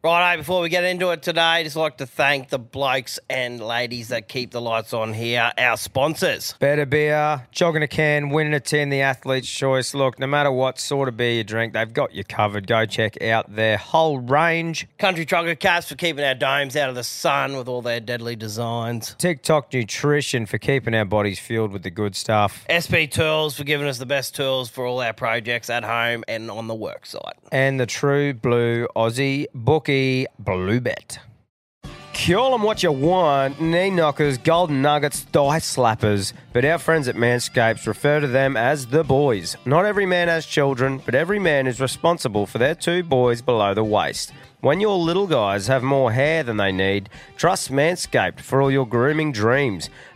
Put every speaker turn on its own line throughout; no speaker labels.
Righto, before we get into it today, just like to thank the blokes and ladies that keep the lights on here, our sponsors.
Better beer, jogging a can, winning a tin, the athlete's choice. Look, no matter what sort of beer you drink, they've got you covered. Go check out their whole range.
Country Trucker Caps for keeping our domes out of the sun with all their deadly designs.
TikTok Nutrition for keeping our bodies fueled with the good stuff.
SP Tools for giving us the best tools for all our projects at home and on the work site.
And the true blue Aussie bookie, Bluebet. Call them what you want, knee knockers, golden nuggets, thigh slappers. But our friends at Manscapes refer to them as the boys. Not every man has children, but every man is responsible for their two boys below the waist. When your little guys have more hair than they need, trust Manscaped for all your grooming dreams.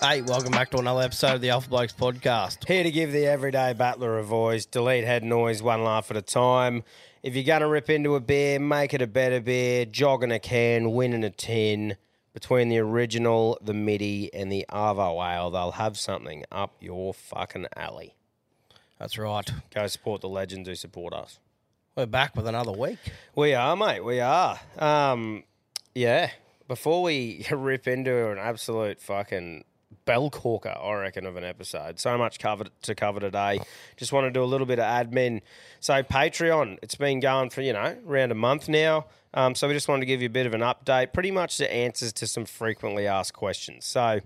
Hey, welcome back to another episode of the Alpha Blokes podcast.
Here to give the everyday battler a voice, delete head noise one laugh at a time. If you're going to rip into a beer, make it a better beer, jogging a can, winning a tin. Between the original, the MIDI, and the Arvo Ale, they'll have something up your fucking alley.
That's right.
Go support the legends who support us.
We're back with another week.
We are, mate. We are. Um, yeah. Before we rip into an absolute fucking bell corker, I reckon, of an episode. So much covered to cover today. Just want to do a little bit of admin. So Patreon, it's been going for you know around a month now. Um, so we just wanted to give you a bit of an update. Pretty much the answers to some frequently asked questions. So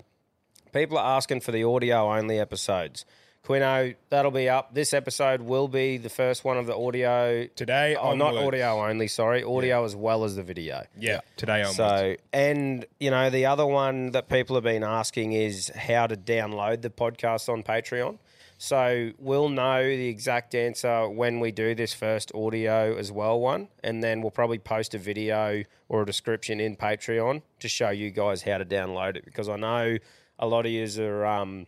people are asking for the audio only episodes. Quino, that'll be up. This episode will be the first one of the audio
Today
Oh, not
onwards.
audio only. Sorry, audio as well as the video.
Yeah, today on
So, and you know, the other one that people have been asking is how to download the podcast on Patreon. So we'll know the exact answer when we do this first audio as well one, and then we'll probably post a video or a description in Patreon to show you guys how to download it because I know a lot of yous are. Um,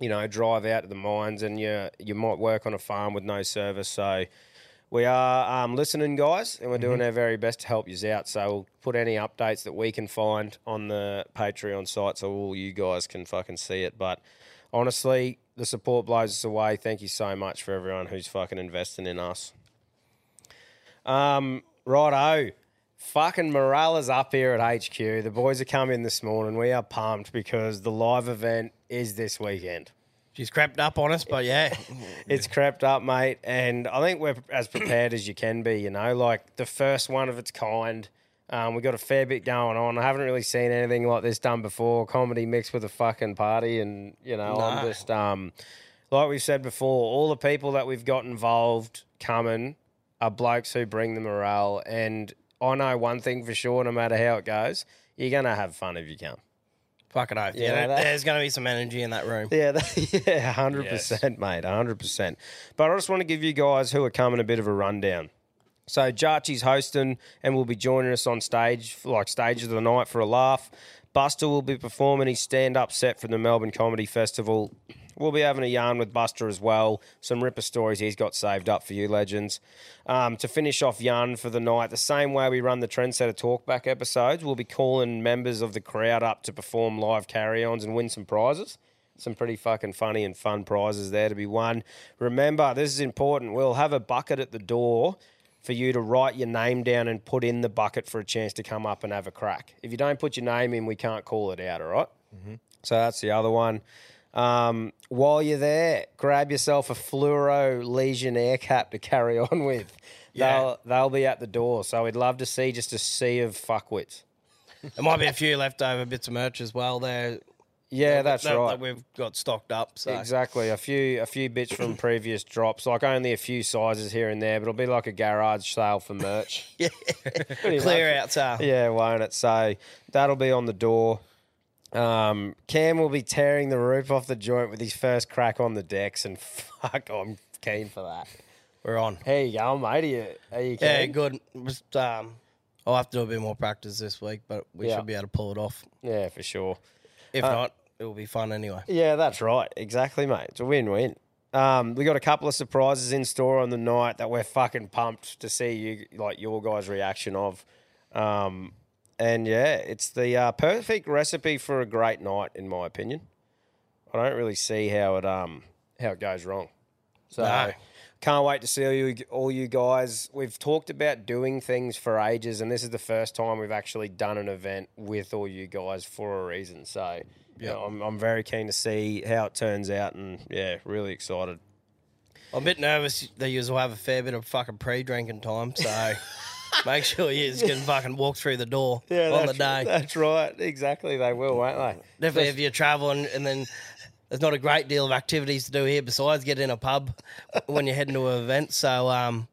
you know, drive out to the mines, and you you might work on a farm with no service. So we are um, listening, guys, and we're doing our very best to help you out. So we'll put any updates that we can find on the Patreon site so all you guys can fucking see it. But honestly, the support blows us away. Thank you so much for everyone who's fucking investing in us. Um, righto. Fucking morale is up here at HQ. The boys are coming this morning. We are pumped because the live event is this weekend.
She's crept up on us, but yeah,
It's crept up, mate, and I think we're as prepared as you can be. You know, like the first one of its kind. Um, we got a fair bit going on. I haven't really seen anything like this done before. Comedy mixed with a fucking party, and you know, I'm
No.
just um, like we've said before, all the people that we've got involved coming are blokes who bring the morale. And I know one thing for sure, no matter how it goes, you're gonna have fun if you come.
fucking oath.
Yeah,
You know,
that-
there's going to be some energy in that room.
Yeah, that, yeah, hundred percent, mate, hundred percent. But I just want to give you guys who are coming a bit of a rundown. So Jarchi's hosting and will be joining us on stage, like stage of the night for a laugh. Buster will be performing his stand-up set from the Melbourne Comedy Festival. We'll be having a yarn with Buster as well. Some ripper stories he's got saved up for you, legends. Um, to finish off yarn for the night, the same way we run the Trendsetter Talkback episodes, we'll be calling members of the crowd up to perform live carry-ons and win some prizes some pretty fucking funny and fun prizes there to be won. Remember, this is important. We'll have a bucket at the door for you to write your name down and put in the bucket for a chance to come up and have a crack. If you don't put your name in, we can't call it out, all right?
Mm-hmm.
So that's the other one. Um, while you're there, grab yourself a fluoro legionnaire cap to carry on with. They'll, they'll be at the door. So we'd love to see just a sea of fuckwits.
There might be a few leftover bits of merch as well there.
Yeah, that's
that,
right.
That we've got stocked up. So
Exactly. A few a few bits from previous drops, like only a few sizes here and there, but it'll be like a garage sale for merch. yeah.
clear out sale.
Yeah, won't it? So that'll be on the door. Um, Cam will be tearing the roof off the joint with his first crack on the decks, and fuck, I'm keen for that.
We're on.
How you going, mate? Are you, are you keen?
Yeah, good. Just, um, I'll have to do a bit more practice this week, but we
Yeah. Uh,
should be able to pull it off.
Yeah, for sure.
If not, it will be fun anyway.
Yeah, that's right. Exactly, mate. It's a win-win. Um, we got a couple of surprises in store on the night that we're fucking pumped to see you like your guys' reaction of. Um, and yeah, it's the uh, perfect recipe for a great night, in my opinion. I don't really see how it um how it goes wrong. So
No.
can't wait to see you all you guys. We've talked about doing things for ages, and this is the first time we've actually done an event with all you guys for a reason. So yeah, I'm, I'm very keen to see how it turns out, and yeah, really excited.
I'm a bit nervous that you will have a fair bit of fucking pre-drinking time, so make sure you can fucking walk through the door on the day.
that's right. Exactly, they will, won't they?
Definitely if you're traveling and then there's not a great deal of activities to do here besides get in a pub when you're heading to an event. So um,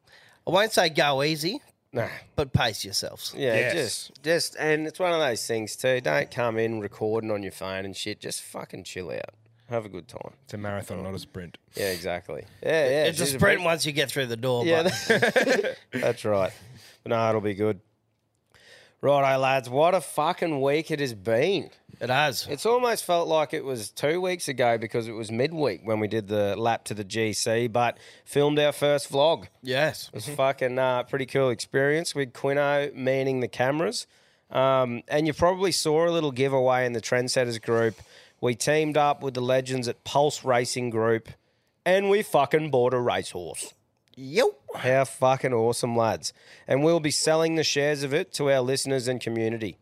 I won't say go easy,
Nah,
but pace yourselves.
Yeah,
Yes.
just just and it's one of those things too. Don't come in recording on your phone and shit. Just fucking chill out. Have a good time.
It's a marathon, not a sprint.
Yeah, exactly. Yeah, yeah.
It's a
she's
sprint
big-
once you get through the door.
Yeah,
but
that- that's right. But no, it'll be good. Righto, lads. What a fucking week it has been.
it has.
It's almost felt like it was two weeks ago because it was midweek when we did the lap to the GC, but filmed our first vlog.
yes.
It was fucking uh, pretty cool experience with Quino manning the cameras. Um, and you probably saw a little giveaway in the Trendsetters group. We teamed up with the legends at Pulse Racing Group and we fucking bought a racehorse.
Yo.
How fucking awesome, lads. And we'll be selling the shares of it to our listeners and community.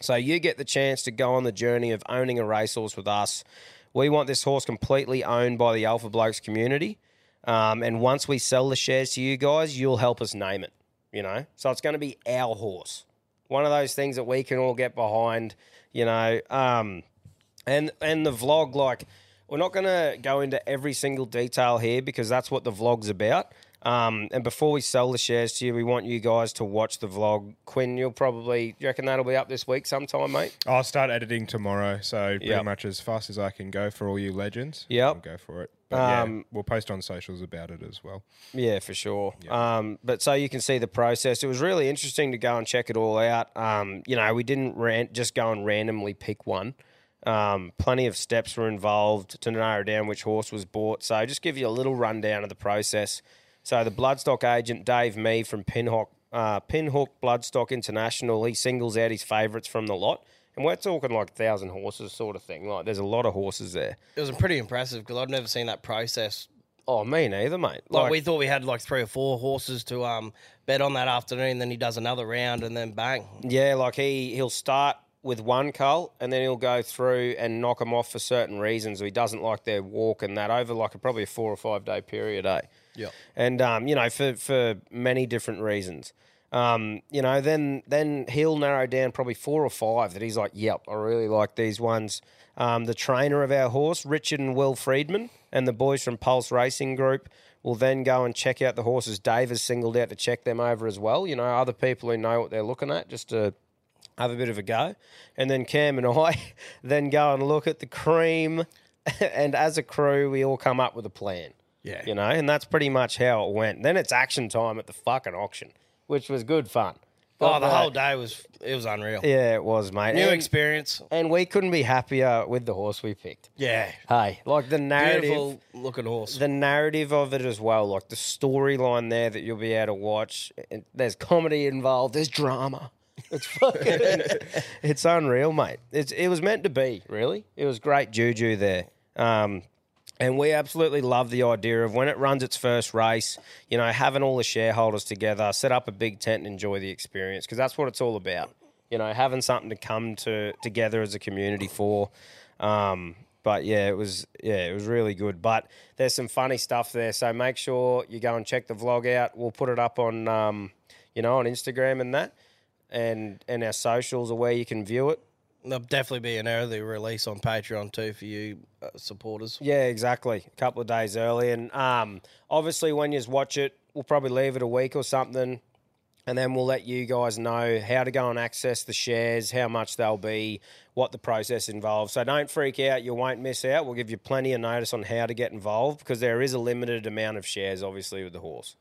So you get the chance to go on the journey of owning a racehorse with us. We want this horse completely owned by the Alpha Blokes community. Um, and once we sell the shares to you guys, you'll help us name it, you know? So it's going to be our horse. One of those things that we can all get behind, you know? Um, and and the vlog like we're not going to go into every single detail here because that's what the vlog's about um, and before we sell the shares to you we want you guys to watch the vlog quinn you'll probably you reckon that'll be up this week sometime mate
I'll start editing tomorrow, so pretty
Yep.
much as fast as I can go for all you legends.
Yep.
I'll go for it. But yeah,
Um,
we'll post on socials about it as well.
Yeah, for sure. Um, but so you can see the process. It was really interesting to go and check it all out. Um, you know, we didn't ran- just go and randomly pick one. Um, plenty of steps were involved to narrow down which horse was bought. So just give you a little rundown of the process. So the bloodstock agent Dave Me from Pinhook, uh, Pinhook Bloodstock International, he singles out his favourites from the lot. And we're talking like thousand horses sort of thing. Like there's a lot of horses there.
It was pretty impressive because I'd never seen that process.
Oh, me neither, mate.
Like, we thought we had like three or four horses to um bet on that afternoon. Then he does another round and then bang.
Yeah, like he he'll start with one cull and then he'll go through and knock them off for certain reasons. He doesn't like their walk and that over like a, probably a four or five day period, eh?
Yeah.
and um, you know for for many different reasons. Um, you know, then then he'll narrow down probably four or five that he's like, yep, I really like these ones. Um, the trainer of our horse, Richard and Will Friedman, and the boys from Pulse Racing Group will then go and check out the horses Dave has singled out to check them over as well. You know, other people who know what they're looking at just to have a bit of a go. And then Cam and I then go and look at the cream. and as a crew, we all come up with a plan.
Yeah.
You know, and that's pretty much how it went. Then it's action time at the fucking auction, which was good fun.
Oh, the
But, uh,
whole day was it was unreal.
Yeah, it was, mate.
New
and,
experience.
and we couldn't be happier with the horse we picked.
Yeah.
Hey, like the narrative
Beautiful looking horse.
the narrative of it as well, like the storyline there that you'll be able to watch. And There's comedy involved. There's drama. It's fucking, it's unreal, mate. It's it was meant to be, really. It was great juju there. Um, And we absolutely love the idea of when it runs its first race, you know, having all the shareholders together, set up a big tent and enjoy the experience because that's what it's all about. You know, having something to come to together as a community for. Um, but yeah, it was yeah, it was really good. But there's some funny stuff there, so make sure you go and check the vlog out. We'll put it up on um, you know, on Instagram and that, and and our socials are where you can view it.
There'll definitely be an early release on Patreon too for you uh, supporters.
Yeah, exactly. A couple of days early, and um, obviously when you watch it, we'll probably leave it a week or something, and then we'll let you guys know how to go and access the shares, how much they'll be, what the process involves. So don't freak out; you won't miss out. We'll give you plenty of notice on how to get involved because there is a limited amount of shares, obviously, with the horse.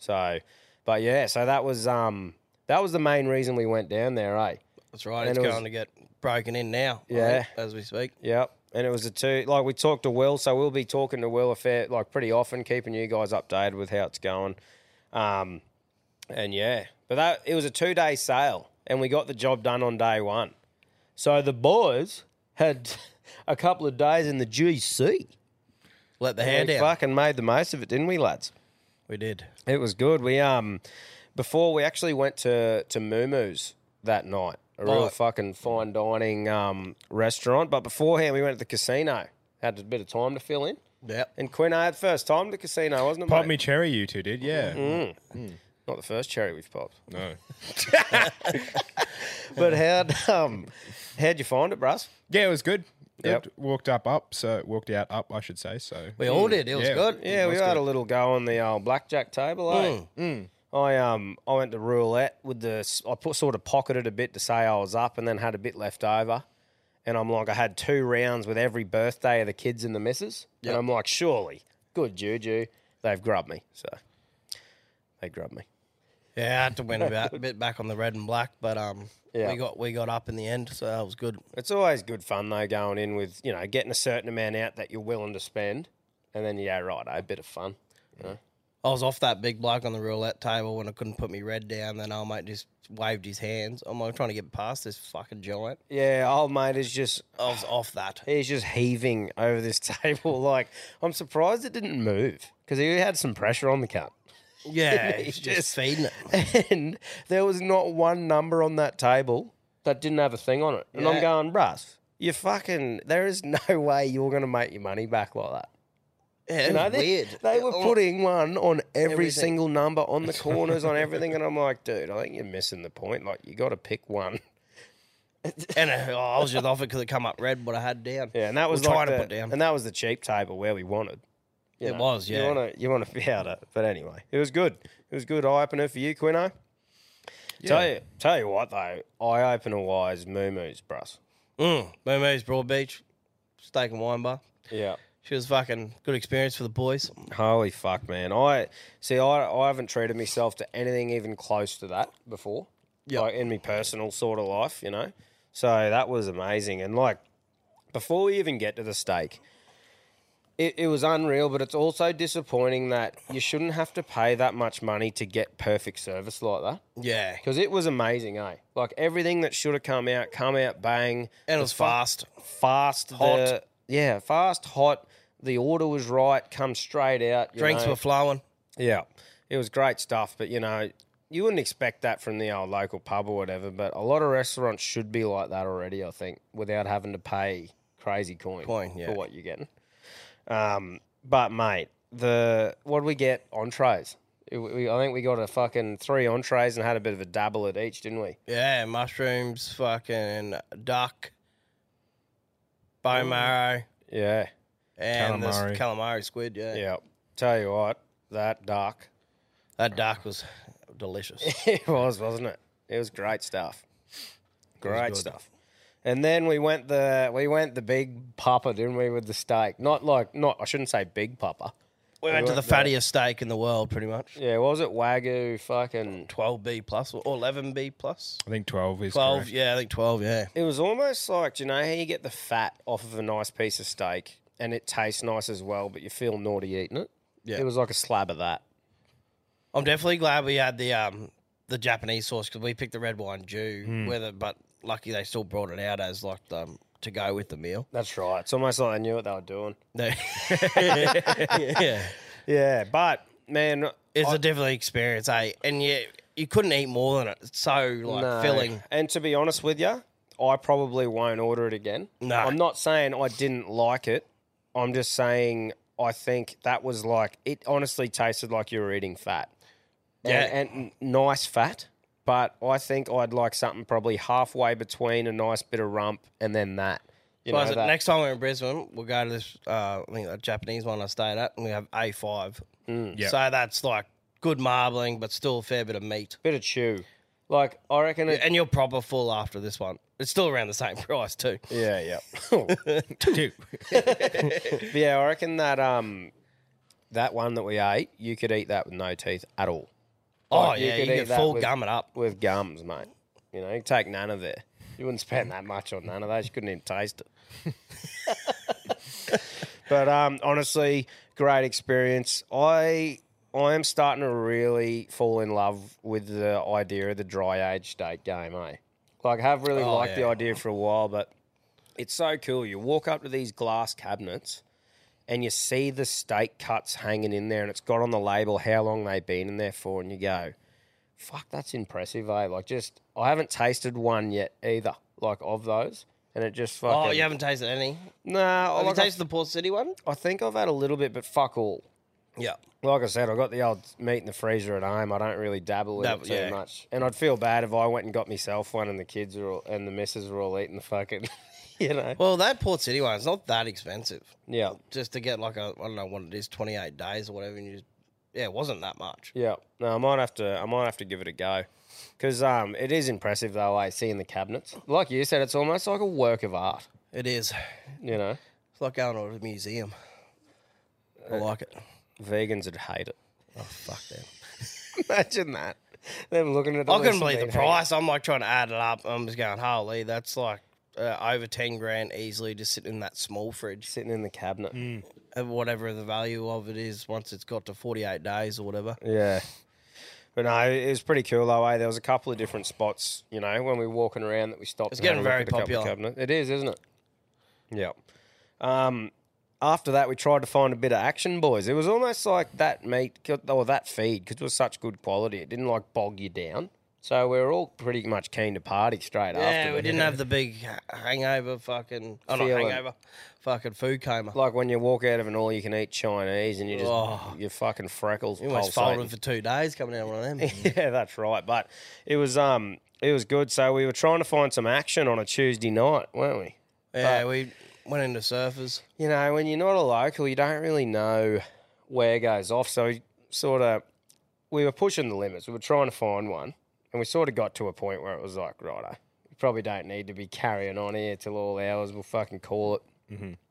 So, but yeah, so that was um, that was the main reason we went down there, eh?
That's right. It's
it was-
going to get broken in now. I
Yeah.
think, as we speak.
Yep. And it was a two like we talked to Will, so we'll be talking to Will a fair like pretty often, keeping you guys updated with how it's going. Um, and yeah, but that it was a two day sale, and we got the job done on day one. So the boys had a couple of days in the GC.
Let the hair
We
down.
fucking made the most of it, didn't we, lads?
We did.
It was good. We um before we actually went to to Mumu's that night, a real
Right.
fucking fine dining um restaurant. But beforehand, we went to the casino. Had a bit of time to fill in.
Yep.
And Quinn, I had first time to the casino, wasn't it?
Pop
mate?
me cherry, you two did, yeah.
Not the first cherry we've popped.
No.
But how'd um how'd you find it, Bruss?
Yeah, it was good.
Yep.
Yep. Walked up, up, so walked out, up, I should say. So
We all did. It was
Yeah.
good.
Yeah, we
was
had
good.
a little go on the old blackjack table. eh? I um I went to roulette with the I put sort of pocketed a bit to say I was up, and then had a bit left over, and I'm like I had two rounds with every birthday of the kids and the missus, and I'm like surely good juju they've grubbed me, so they grubbed me.
Yeah, I had to win a bit, bit back on the red and black, but um,
Yeah.
we got we got up in the end, so that was good.
It's always good fun though going in with you know getting a certain amount out that you're willing to spend, and then yeah right a bit of fun.
I was off that big bloke on the roulette table when I couldn't put me red down. Then old mate just waved his hands. I'm like trying to get past this fucking giant.
Yeah, old mate is just
I was off that.
He's just heaving over this table. Like, I'm surprised it didn't move because he had some pressure on the cup.
Yeah,
He
he's just
just-
feeding it.
And there was not one number on that table that didn't have a thing on it. And I'm
Yeah.
going, Russ, you fucking, there is no way you're going to make your money back like that.
Yeah, it
You know,
was
they,
weird.
They were
Oh,
putting one on every
Everything.
single number, on the corners, on everything. And I'm like, dude, I think you're missing the point. Like, you got to pick one.
and uh, oh, I was just off it because it come up red, what I had down.
Yeah, and that was
We're
like
trying to
the-
put down.
and that was the cheap table where we wanted. You
It was, yeah.
You want to, you want to be out of. But anyway, it was good. It was good eye opener for you, Quino. Tell you, tell you what though, eye opener wise, moo moos, brus.
Mm, Moomoo's Broad Beach, steak and wine bar.
Yeah.
She was fucking good experience for the boys.
Holy fuck, man! I see. I, I haven't treated myself to anything even close to that before. Yeah, like in my personal sort of life, you know. So that was amazing, and like before we even get to the steak, it, it was unreal. But it's also disappointing that you shouldn't have to pay that much money to get perfect service like that.
Yeah,
Because it was amazing, eh? Like everything that should have come out, come out bang.
and it
The
was
fu-
fast.
fast,
Hot.
the- yeah, fast, hot. The order was right. Come straight out. you
Drinks
know.
were flowing.
yeah, it was great stuff. But you know, you wouldn't expect that from the old local pub or whatever. But a lot of restaurants should be like that already. I think without having to pay crazy coin,
Coin, yeah.
for what you're getting. Um, but mate, the what did we get entrees? It- we- I think we got a fucking three entrees and had a bit of a dabble at each, didn't we?
Yeah, mushrooms, fucking duck, bone marrow,
Yeah.
and this
Calamari.
calamari squid. Yeah.
Yeah. Tell you what, that duck.
that duck was delicious.
it was, wasn't it? It was great stuff. Great stuff. And then we went the we went the big papa, didn't we, with the steak? Not like not I shouldn't say big papa.
we went to the fattiest steak in the world, pretty much.
Yeah, what was it Wagyu fucking?
Twelve B plus or eleven B plus.
I think twelve is
Twelve,
correct.
yeah, I think twelve, yeah.
It was almost like do you know how you get the fat off of a nice piece of steak and it tastes nice as well, but you feel naughty eating it.
Yeah.
it was like a slab of that.
I'm definitely glad we had the um the Japanese sauce because we picked the red wine Jew, whether but lucky they still brought it out as like the um, to go with the meal.
That's right. It's almost like they knew what they were doing.
yeah, it's
Yeah, but man,
a different experience, eh? And yeah, you couldn't eat more than it. It's so like
no.
filling.
And to be honest with you, I probably won't order it again.
No.
I'm not saying I didn't like it. I'm just saying I think that was like it. Honestly, tasted like you were eating fat.
Yeah.
and, and nice fat. But I think I'd like something probably halfway between a nice bit of rump and then that. You
Guys,
know, that,
next time we're in Brisbane, we'll go to this uh, I think the Japanese one I stayed at, and we have A five.
Mm.
Yeah.
So that's like good marbling, but still a fair bit of meat.
bit of chew. Like I reckon it.
And you're proper full after this one. It's still around the same price too.
Yeah, yeah.
Dude,
Yeah, I reckon that um that one that we ate, you could eat that with no teeth at all.
Oh
Like, you
yeah,
could
you,
eat
can
that
full
with-
gum it up.
With gums, mate. You know, you take none of there. You wouldn't spend that much on none of those. You couldn't even taste it. but um honestly, great experience. I I am starting to really fall in love with the idea of the dry age steak game, eh? Like I have really
Oh,
liked the
yeah.
idea for a while, but it's so cool. You walk up to these glass cabinets and you see the steak cuts hanging in there and it's got on the label how long they've been in there for and you go, fuck, that's impressive, eh? Like just, I haven't tasted one yet either, like of those. And it just fucking.
Oh, you haven't tasted any.
Nah,
Have
like
you
I,
tasted the Port City one?
I think I've had a little bit, but fuck all.
Yeah.
Like I said, I got the old meat in the freezer at home. I don't really dabble in
Dabble,
it too
yeah.
much, and I'd feel bad if I went and got myself one, and the kids are all, and the missus were all eating the fucking, you know.
Well, that Port City one's not that expensive.
Yeah,
Just to get like a I don't know what it is, twenty eight days or whatever. And you just, yeah, it wasn't that much.
yeah. No, I might have to. I might have to give it a go, because um, it is impressive though. I see in the cabinets, like you said, it's almost like a work of art.
It is. It's
You know,
like going to a museum. I like it.
vegans would hate it.
Oh fuck them.
Imagine that. Them looking at. The
I couldn't
list
believe the
and being,
price. I'm like trying to add it up. I'm just going, holy, that's like uh, over ten grand easily just sitting in that small fridge.
sitting in the cabinet.
Uh, Whatever the value of it is, once it's got to forty eight days or whatever.
Yeah. But no, it was pretty cool though. Eh? There was a couple of different spots, you know, when we were walking around that we stopped. It's
getting very popular.
It is, isn't it? Yeah. Um, after that, we tried to find a bit of action, boys. It was almost like that meat or that feed because it was such good quality. It didn't like bog you down. So we were all pretty much keen to party straight after.
Yeah, we didn't have the big ha- hangover fucking. Oh, not
Feeling.
hangover. Fucking food coma.
like when you walk out of an all-you-can-eat Chinese and you just
Oh.
your fucking freckles.
We almost
pulsating.
folded for two days coming out of one of them.
Yeah, that's right. But it was um it was good. So we were trying to find some action on a Tuesday night, weren't we?
yeah, we went into surfers.
You know, when you're not a local, you don't really know where it goes off. So sort of we were pushing the limits. We were trying to find one, and we sort of got to a point where it was like, righto, we probably don't need to be carrying on here till all hours. We'll fucking call it.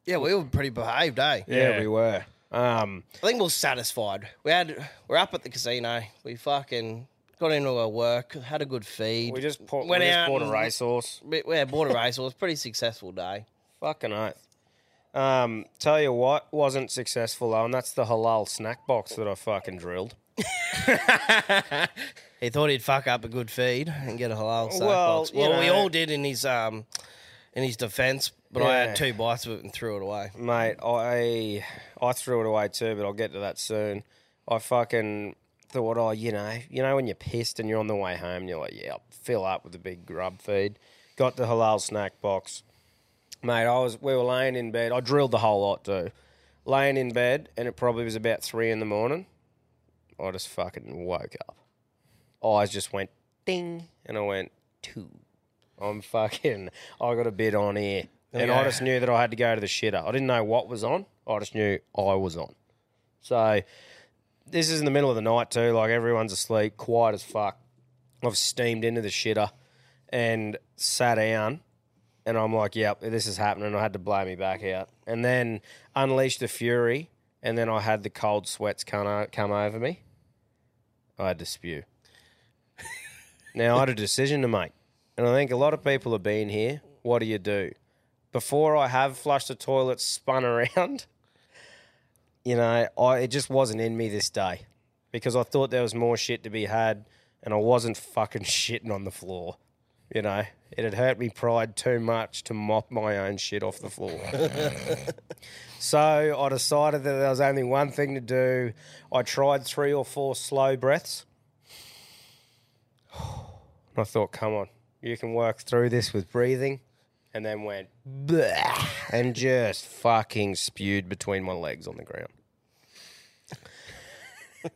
Yeah, we were pretty behaved, eh?
Yeah.
were. Um,
I think we we're satisfied. We had we're up at the casino. We fucking got into our work, had a good feed.
we just, pour,
Went
we just
out
bought a
and-
racehorse.
we, we had bought a race. It was a pretty successful day.
Fucking oath. Um, tell you what, wasn't successful though, and that's the halal snack box that I fucking drilled.
He thought he'd fuck up a good feed and get a halal sack
Well,
box.
you
Well, we
know-
all did in his um in his defence, but I
Yeah.
had two bites of it and threw it away.
Mate, I I threw it away too, but I'll get to that soon. I fucking thought, oh, you know, you know when you're pissed and you're on the way home, and you're like, yeah, I'll fill up with a big grub feed. Got the halal snack box, mate. I was we were laying in bed. I drilled the whole lot too, laying in bed, and it probably was about three in the morning. I just fucking woke up. Eyes just went ding, and I went two. I'm fucking. I got a bit on here, and I
go.
just knew that I had to go to the shitter. I didn't know what was on. I just knew I was on. So this is in the middle of the night too. Like everyone's asleep, quiet as fuck. I've steamed into the shitter and sat down, and I'm like, "Yep, this is happening." I had to blow me back out, and then unleash the fury, and then I had the cold sweats come o- come over me. I had to spew. now I had a decision to make, and I think a lot of people have been here. What do you do? Before I have flushed the toilet, spun around. You know, I it just wasn't in me this day because I thought there was more shit to be had, and I wasn't fucking shitting on the floor. You know, It had hurt me pride too much to mop my own shit off the floor. so I decided that there was only one thing to do. I tried three or four slow breaths. And I thought, come on, you can work through this with breathing. And then went "Bleh," and just fucking spewed between my legs on the ground.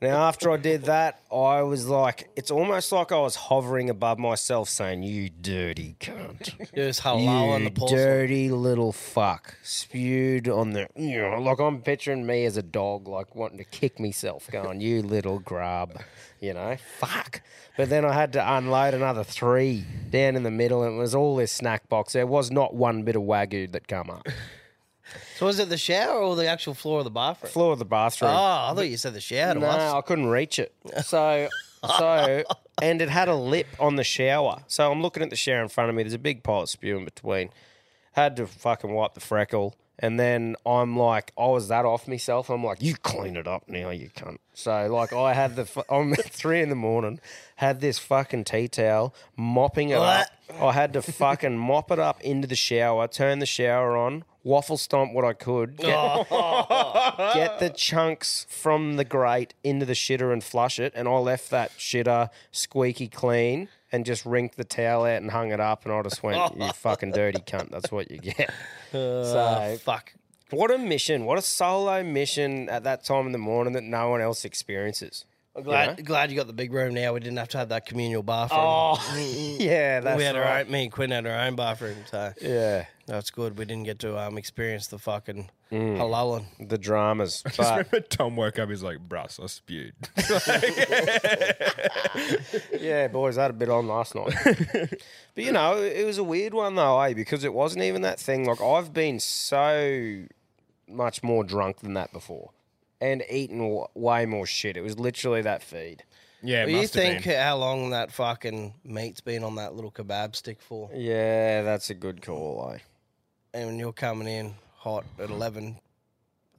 Now, after I did that, I was like, it's almost like I was hovering above myself saying, You dirty cunt.
Just halal on
you
the porcelain.
dirty little fuck. Spewed on the. you know, Like, I'm picturing me as a dog, like wanting to kick myself, going, You little grub. You know, fuck. But then I had to unload another three down in the middle, and it was all this snack box. There was not one bit of wagyu that come up.
So was it the shower or the actual floor of the bathroom?
Floor of the bathroom.
Oh, I thought you said the shower. to
No,
us.
I couldn't reach it. So, so, and it had a lip on the shower. So I'm looking at the shower in front of me. There's a big pile of spew in between. Had to fucking wipe the freckle. And then I'm like, I was that off myself. I'm like, you clean it up now, you cunt. So like, I had the fu- I'm at three in the morning, had this fucking tea towel mopping it up. I had to fucking mop it up into the shower, turn the shower on, waffle stomp what I could, get, get the chunks from the grate into the shitter and flush it. And I left that shitter squeaky clean and just rinked the towel out and hung it up. And I just went, you fucking dirty cunt. That's what you get. so
Fuck.
what a mission. What a solo mission at that time in the morning that no one else experiences.
I'm glad, glad you got the big room now. We didn't have to have that communal bathroom.
Oh, yeah, that's
we had our
right.
own, me and Quinn had our own bathroom, so
Yeah,
that's good. We didn't get to um, experience the fucking halalan.
Mm. the dramas.
Just
But
remember Tom woke up, he's like, bruss, I spewed.
yeah, boys, I had a bit on last night. but you know, it was a weird one though, eh? Because it wasn't even that thing. Like I've been so much more drunk than that before, and eaten w- way more shit. It was literally that feed.
yeah, it
Do you
must have
think
been.
how long that fucking meat's been on that little kebab stick for?
Yeah, that's a good call, eh?
And when you're coming in hot at eleven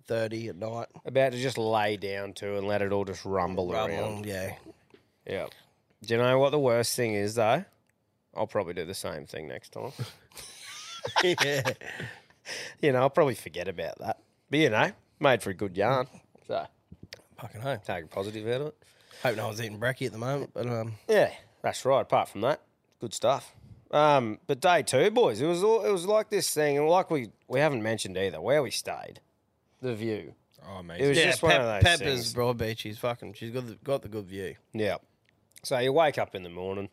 thirty at night,
About to just lay down to and let it all just rumble around.
rumbling, Um, yeah.
Yeah. Do you know what the worst thing is though? I'll probably do the same thing next time.
yeah.
you know, I'll probably forget about that. But you know, made for a good yarn. So
Fucking hope.
take a positive out of it.
Hope no one's eating brekkie at the moment, but um,
Yeah, that's right. Apart from that, good stuff. Um, but day two, boys, it was all, it was like this thing, and like we we haven't mentioned either where we stayed, the view.
Oh,
It
amazing.
was
yeah,
just one
Pep-
of those
Pepper's
things.
Broad Beach. She's fucking. She's got the, got the good view.
Yeah. So you wake up in the morning.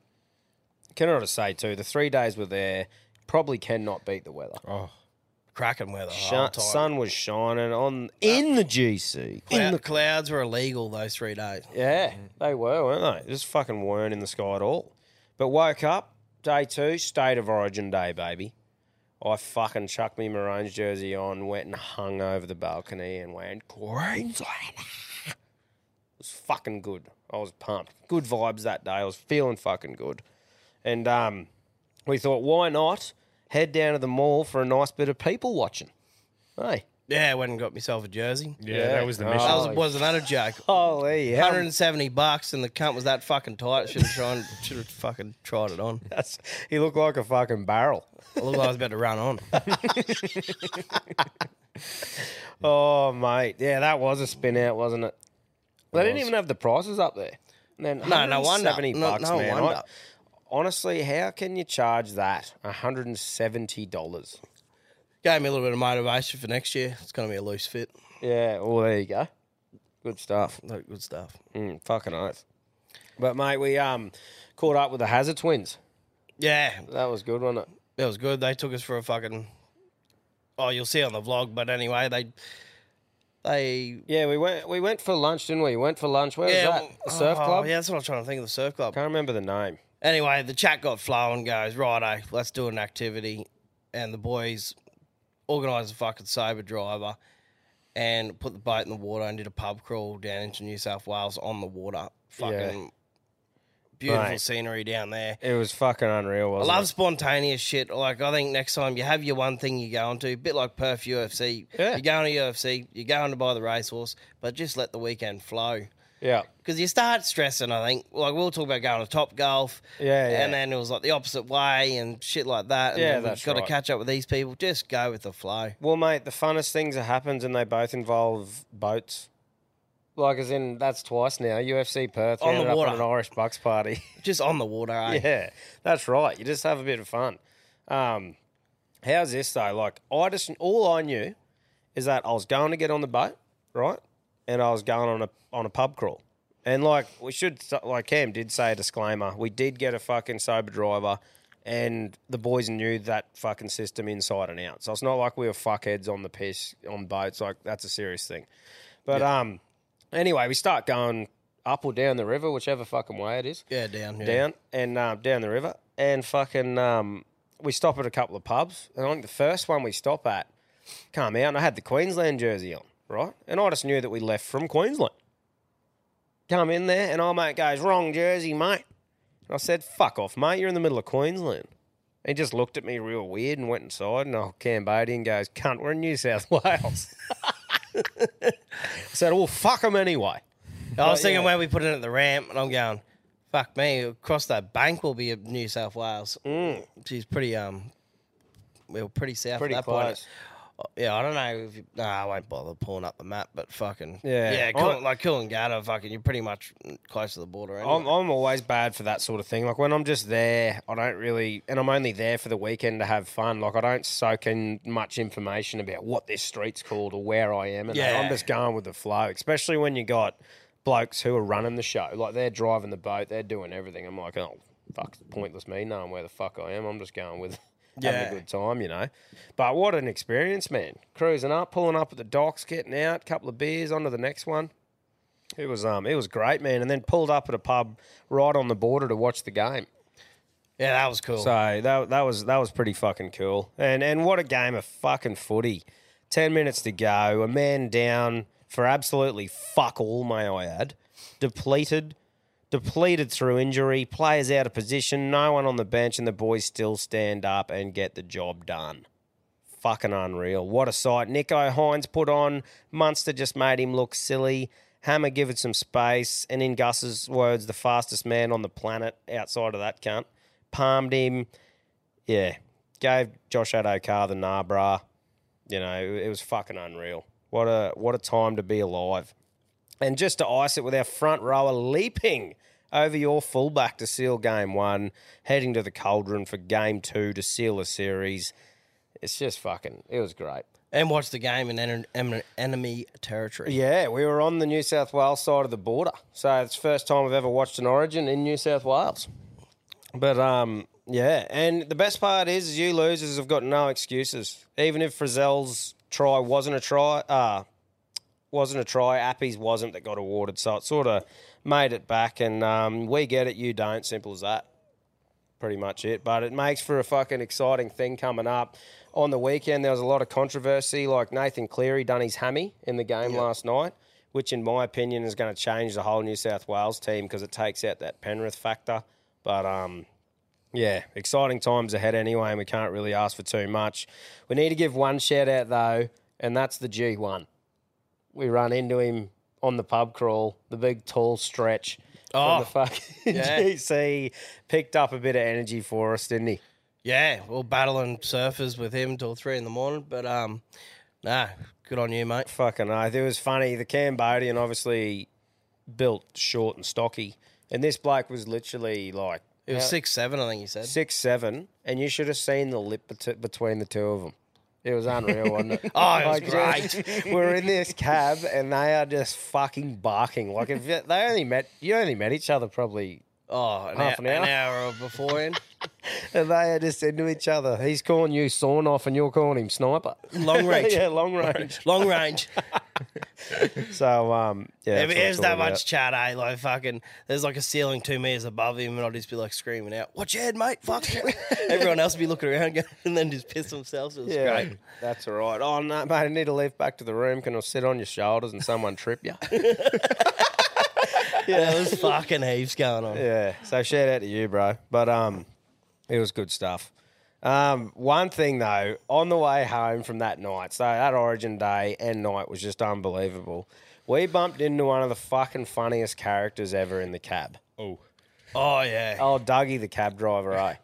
Cannot just say too. The three days were there. Probably cannot beat the weather.
Oh,
Cracking weather. the whole
Shun-
time.
sun was shining on in the GC.
Clou- clouds were illegal those three days.
Yeah, they were, weren't they? Just fucking weren't in the sky at all. But woke up, day two, state of origin day, baby. I fucking chucked me Maroons jersey on, went and hung over the balcony and went, Queensland. It was fucking good. I was pumped. Good vibes that day. I was feeling fucking good. And um, we thought, why not head down to the mall for a nice bit of people watching? Hey.
Yeah, I went and got myself a jersey.
yeah,
Yeah.
that was the
Oh.
mission.
That was,
Holy
was another joke.
Holy hell.
170 bucks and the cunt was that fucking tight. It Should have tried. Should have fucking tried it on.
That's- He looked like a fucking barrel.
It looked like I was about to run on.
Oh mate, yeah, that was a spin out, wasn't it? They didn't
was.
even have the prices up there. And then
No, no wonder.
170
No-
bucks,
no
man. I-
wonder.
honestly, how can you charge that hundred and seventy dollars?
Gave me a little bit of motivation for next year. It's gonna be a loose fit.
Yeah, well there you go. Good stuff.
Like, good stuff.
Mm, fucking oath. But mate, we um caught up with the Hazard twins.
Yeah,
That was good, wasn't it?
it was good. They took us for a fucking. Oh, you'll see on the vlog. But anyway, they they
Yeah, we went we went for lunch, didn't we? We went for lunch. Where
yeah
was
well,
that? The surf
oh,
club?
Yeah, that's what I'm trying to think of. The surf club.
Can't remember the name.
Anyway, the chat got flowing, goes, righto, let's do an activity. And the boys organised a fucking sober driver and put the boat in the water and did a pub crawl down into New South Wales on the water. Fucking beautiful
Mate.
scenery down there.
It was fucking unreal,
I
wasn't
love
it?
spontaneous shit. Like, I think next time you have your one thing you're going to, a bit like Perth UFC.
Yeah.
You're going to UFC, you're going to buy the racehorse, but just let the weekend flow.
Yeah.
Because you start stressing, I think. Like, we'll talk about going to Top Golf.
Yeah, yeah.
And then it was like the opposite way and shit like that. And
Yeah,
then we've
that's
got to
right.
catch up with these people. Just go with the flow.
Well, mate, the funnest things that happens, and they both involve boats. Like as in that's twice now. UFC Perth
On the
ended up
water.
on an Irish Bucks party.
Just on the water, eh?
yeah, that's right. You just have a bit of fun. Um, how's this though? Like I just all I knew is that I was going to get on the boat, right? And I was going on a on a pub crawl. And like we should like Cam did say a disclaimer. We did get a fucking sober driver and the boys knew that fucking system inside and out. So it's not like we were fuckheads on the piss on boats. Like that's a serious thing. But um anyway, we start going up or down the river, whichever fucking way it is
Yeah, down here.
down and um, down the river, and fucking um, we stop at a couple of pubs, and I think the first one we stop at come out, and I had the Queensland jersey on, right, and I just knew that we left from Queensland. Come in there, and our mate goes, "Wrong jersey, mate." And I said, "Fuck off, mate! You're in the middle of Queensland." He just looked at me real weird and went inside, and old Cambodian goes, "Cunt, we're in New South Wales." I said, "Well, fuck them anyway."
I was
But,
thinking
yeah.
where we put it at the ramp, and I'm going, fuck me, across that bank will be New South Wales. She's pretty, um, we were pretty south
Mm. Pretty
at that
close.
point. Yeah, I don't know if you, no, I won't bother pulling up the map, but fucking
Yeah. Oh.
yeah, cool,
I-
like Coolangatta, fucking you're pretty much close to the border. Anyway.
I'm, I'm always bad for that sort of thing. Like when I'm just there, I don't really, and I'm only there for the weekend to have fun. Like I don't soak in much information about what this street's called or where I am. And that.
Yeah.
I'm just going with the flow, especially when you got blokes who are running the show. Like they're driving the boat, they're doing everything. I'm like, oh, fuck, pointless me knowing where the fuck I am. I'm just going with
Yeah.
having a good time, you know. But what an experience, man. Cruising up, pulling up at the docks, getting out, couple of beers, onto the next one. It was um, it was great, man. And then pulled up at a pub right on the border to watch the game.
yeah, that was cool.
So that that was that was pretty fucking cool. And and what a game of fucking footy. Ten minutes to go, a man down for absolutely fuck all, may I add. Depleted, depleted through injury, players out of position, no one on the bench, and the boys still stand up and get the job done. Fucking unreal. What a sight. Nico Hines put on. Munster just made him look silly. Hammer give it some space. And in Gus's words, the fastest man on the planet outside of that cunt. Palmed him. Yeah. Gave Josh Adokar the nah, brah. You know, it was fucking unreal. What a what a time to be alive. And just to ice it with our front rower leaping over your fullback to seal game one, heading to the cauldron for game two to seal a series. It's just fucking. It was great.
and watch the game in en- en- enemy territory.
Yeah, we were on the New South Wales side of the border, so it's the first time I've ever watched an Origin in New South Wales. But um, yeah, and the best part is, is you losers have got no excuses. Even if Frizzell's try wasn't a try, uh, wasn't a try, Appy's wasn't that got awarded, so it sort of made it back. And um, we get it, you don't. Simple as that. pretty much it. But it makes for a fucking exciting thing coming up. On the weekend, there was a lot of controversy, like Nathan Cleary done his hammy in the game last night, which, in my opinion, is going to change the whole New South Wales team because it takes out that Penrith factor. But um, yeah, exciting times ahead anyway, and we can't really ask for too much. We need to give one shout out though, and that's the G1. We run into him on the pub crawl, the big tall stretch.
Oh,
from the fucking
yeah.
GC picked up a bit of energy for us, didn't he?
Yeah, we we're battling surfers with him till three in the morning, but um, nah, good on you, mate.
Fucking oath. It was funny. The Cambodian obviously built short and stocky, and this bloke was literally like uh,
It was six seven, I think you said.
six seven, and you should have seen the lip bet- between the two of them. It was unreal, wasn't it?
Oh, it was
great. we're in this cab, and they are just fucking barking. Like if you- they only met, you only met each other probably
Oh, an,
Half
hou-
an hour.
an hour beforehand.
And they are just into each other. He's calling you sawn off and you're calling him sniper.
Long range.
yeah, long range.
Long range.
So, um, yeah.
if
that's
it
what it's
is that
all about.
much chat, eh? Like fucking, there's like a ceiling two meters above him, and I'll just be like screaming out, "Watch your head, mate!" Fuck. Everyone else will be looking around, going- and then just piss themselves. It was
Yeah,
great.
that's all right. Oh, no, mate, I need to leave back to the room. Can I sit on your shoulders and someone trip you?
Yeah, there was fucking heaps going on.
yeah. So, shout out to you, bro. But, um, it was good stuff. Um, one thing though, on the way home from that night, so that Origin day and night was just unbelievable. We bumped into one of the fucking funniest characters ever in the cab.
Oh,
Oh yeah,
Oh, Dougie the cab driver, eh?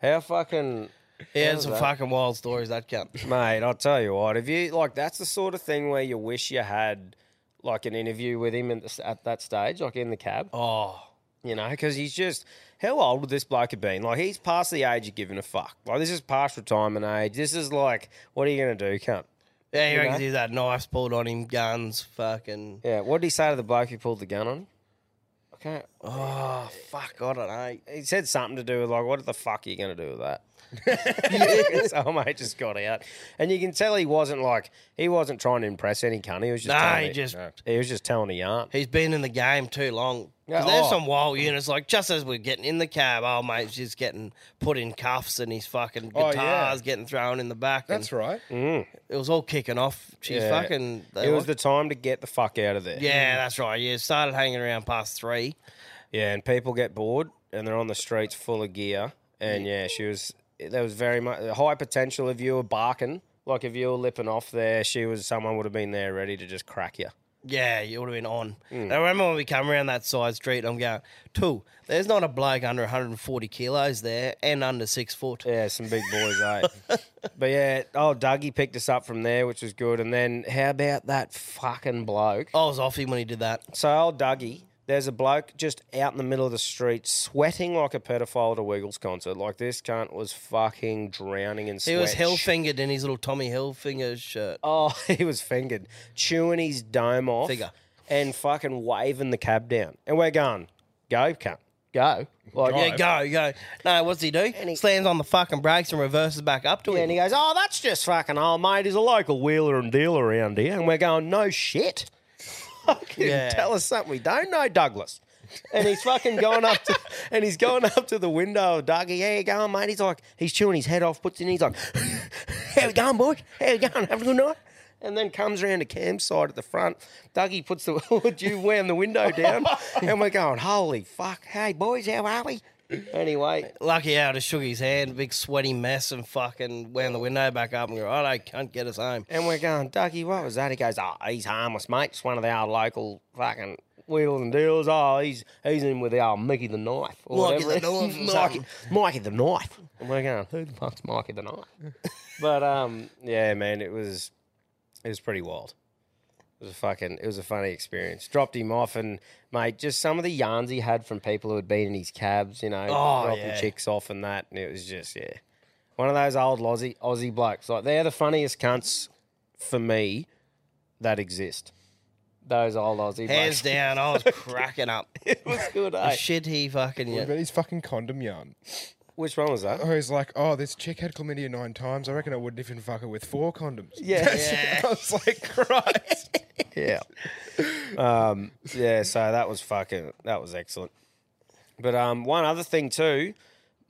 How fucking
he had some
that?
fucking wild stories. That cunt.
mate, I'll tell you what. If you like, that's the sort of thing where you wish you had like an interview with him at, the, at that stage, like in the cab.
Oh,
You know, because he's just how old would this bloke have been? Like he's past the age of giving a fuck. Like this is past retirement age. This is like, what are you gonna do, cunt?
yeah, he
know?
reckons he's had knives pulled on him, guns, fucking.
Yeah. What did he say to the bloke who pulled the gun on? him? Okay.
Oh fuck, I don't know.
He said something to do with like, what the fuck are you gonna do with that? so mate just got out, and you can tell he wasn't like he wasn't trying to impress any cunt. He was just
Nah,
telling
he
it-
just
no.
he was just telling a yarn.
he's been in the game too long. 'Cause
Yeah,
there's
oh.
some wild units like just as we're getting in the cab, oh mate, she's getting put in cuffs and his fucking
Oh,
guitars
yeah.
getting thrown in the back.
That's
and
right.
It was all kicking off. She's
Yeah.
fucking. They
It was
like-
the Mm. time to get the fuck out of there.
yeah, that's right. Yeah, started hanging around past three.
Yeah, and people get bored and they're on the streets full of gear. And yeah, she was, there was very much high potential if you were barking. Like if you were lipping off there, she was, someone would have been there ready to just crack you.
Yeah, you would have been on.
Mm.
And I remember when we come around that side street, I'm going, two, there's not a bloke under 140 kilos there and under six foot.
Yeah, some big boys, eh? But yeah, oh, Dougie picked us up from there, which was good. And then how about that fucking bloke?
I was off him when he did that.
So old Dougie, there's a bloke just out in the middle of the street sweating like a pedophile at a Wiggles concert. Like this cunt was fucking drowning in
He
sweat.
was hell fingered in his little Tommy Hillfinger shirt.
Oh, he was fingered, chewing his dome off
Figure.
and fucking waving the cab down. And we're going, go, cunt, go. Like,
Yeah, go, go. No, what's he do?
he-
Slams on the fucking brakes and reverses back up to
yeah,
him.
and he goes, oh, that's just fucking old mate. He's a local wheeler and dealer around here. And we're going, no shit. Fucking
Yeah.
tell us something we don't know, Douglas. And he's fucking going up to, and he's going up to the window of Dougie. How you going, mate? He's like, he's chewing his head off, puts in, he's like, how we going, boy? How we going? Have a good night. And then comes around the campsite at the front. Dougie puts the would you wound the window down, and we're going, holy fuck! Hey boys, how are we? Anyway,
Lucky out, just shook his hand, big sweaty mess, and fucking wound the window back up and go, I don't cunt, get us home.
And we're going, Dougie, what was that? He goes, oh, he's harmless, mate. It's one of our local fucking wheels and deals. Oh, he's he's in with our Mickey the Knife. Or
Mikey the Knife
whatever.
or
Mikey,
something.
Mikey the Knife. And we're going, who the fuck's Mikey the Knife? but um, yeah, man, it was it was pretty wild. It was a fucking it was a funny experience. Dropped him off and mate, just some of the yarns he had from people who had been in his cabs, you know, dropping
Oh, yeah.
chicks off and that, and it was just yeah. One of those old Aussie Aussie blokes. Like they're the funniest cunts for me that exist. Those old Aussie
Hands
blokes.
down, I was cracking up.
it was good, eh?
Shit, he fucking.
What
Yeah.
about his fucking condom yarn?
Which one was that?
Oh, he's like, oh, this chick had chlamydia nine times. I reckon I would if in fuck her with four condoms.
Yeah.
That's- I was like, Christ.
yeah. Um, yeah, so that was fucking that was excellent. But um, one other thing too,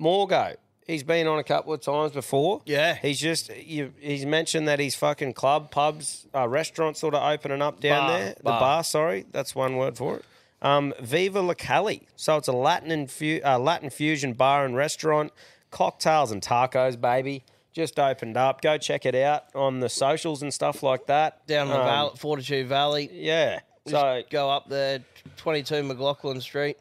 Morgo. He's been on a couple of times before.
Yeah.
he's just you, he's mentioned that he's fucking club, pubs, uh, restaurants sort of opening up down
Bar,
there.
bar.
The bar, sorry, that's one word for it. Um, Viva La Cali. So it's a Latin infu- uh, Latin fusion bar and restaurant, cocktails and tacos, baby. Just opened up. Go check it out on the socials and stuff like that.
Down in the
Um,
Val- Fortitude Valley.
yeah. So
So go up there, 22 McLaughlin Street.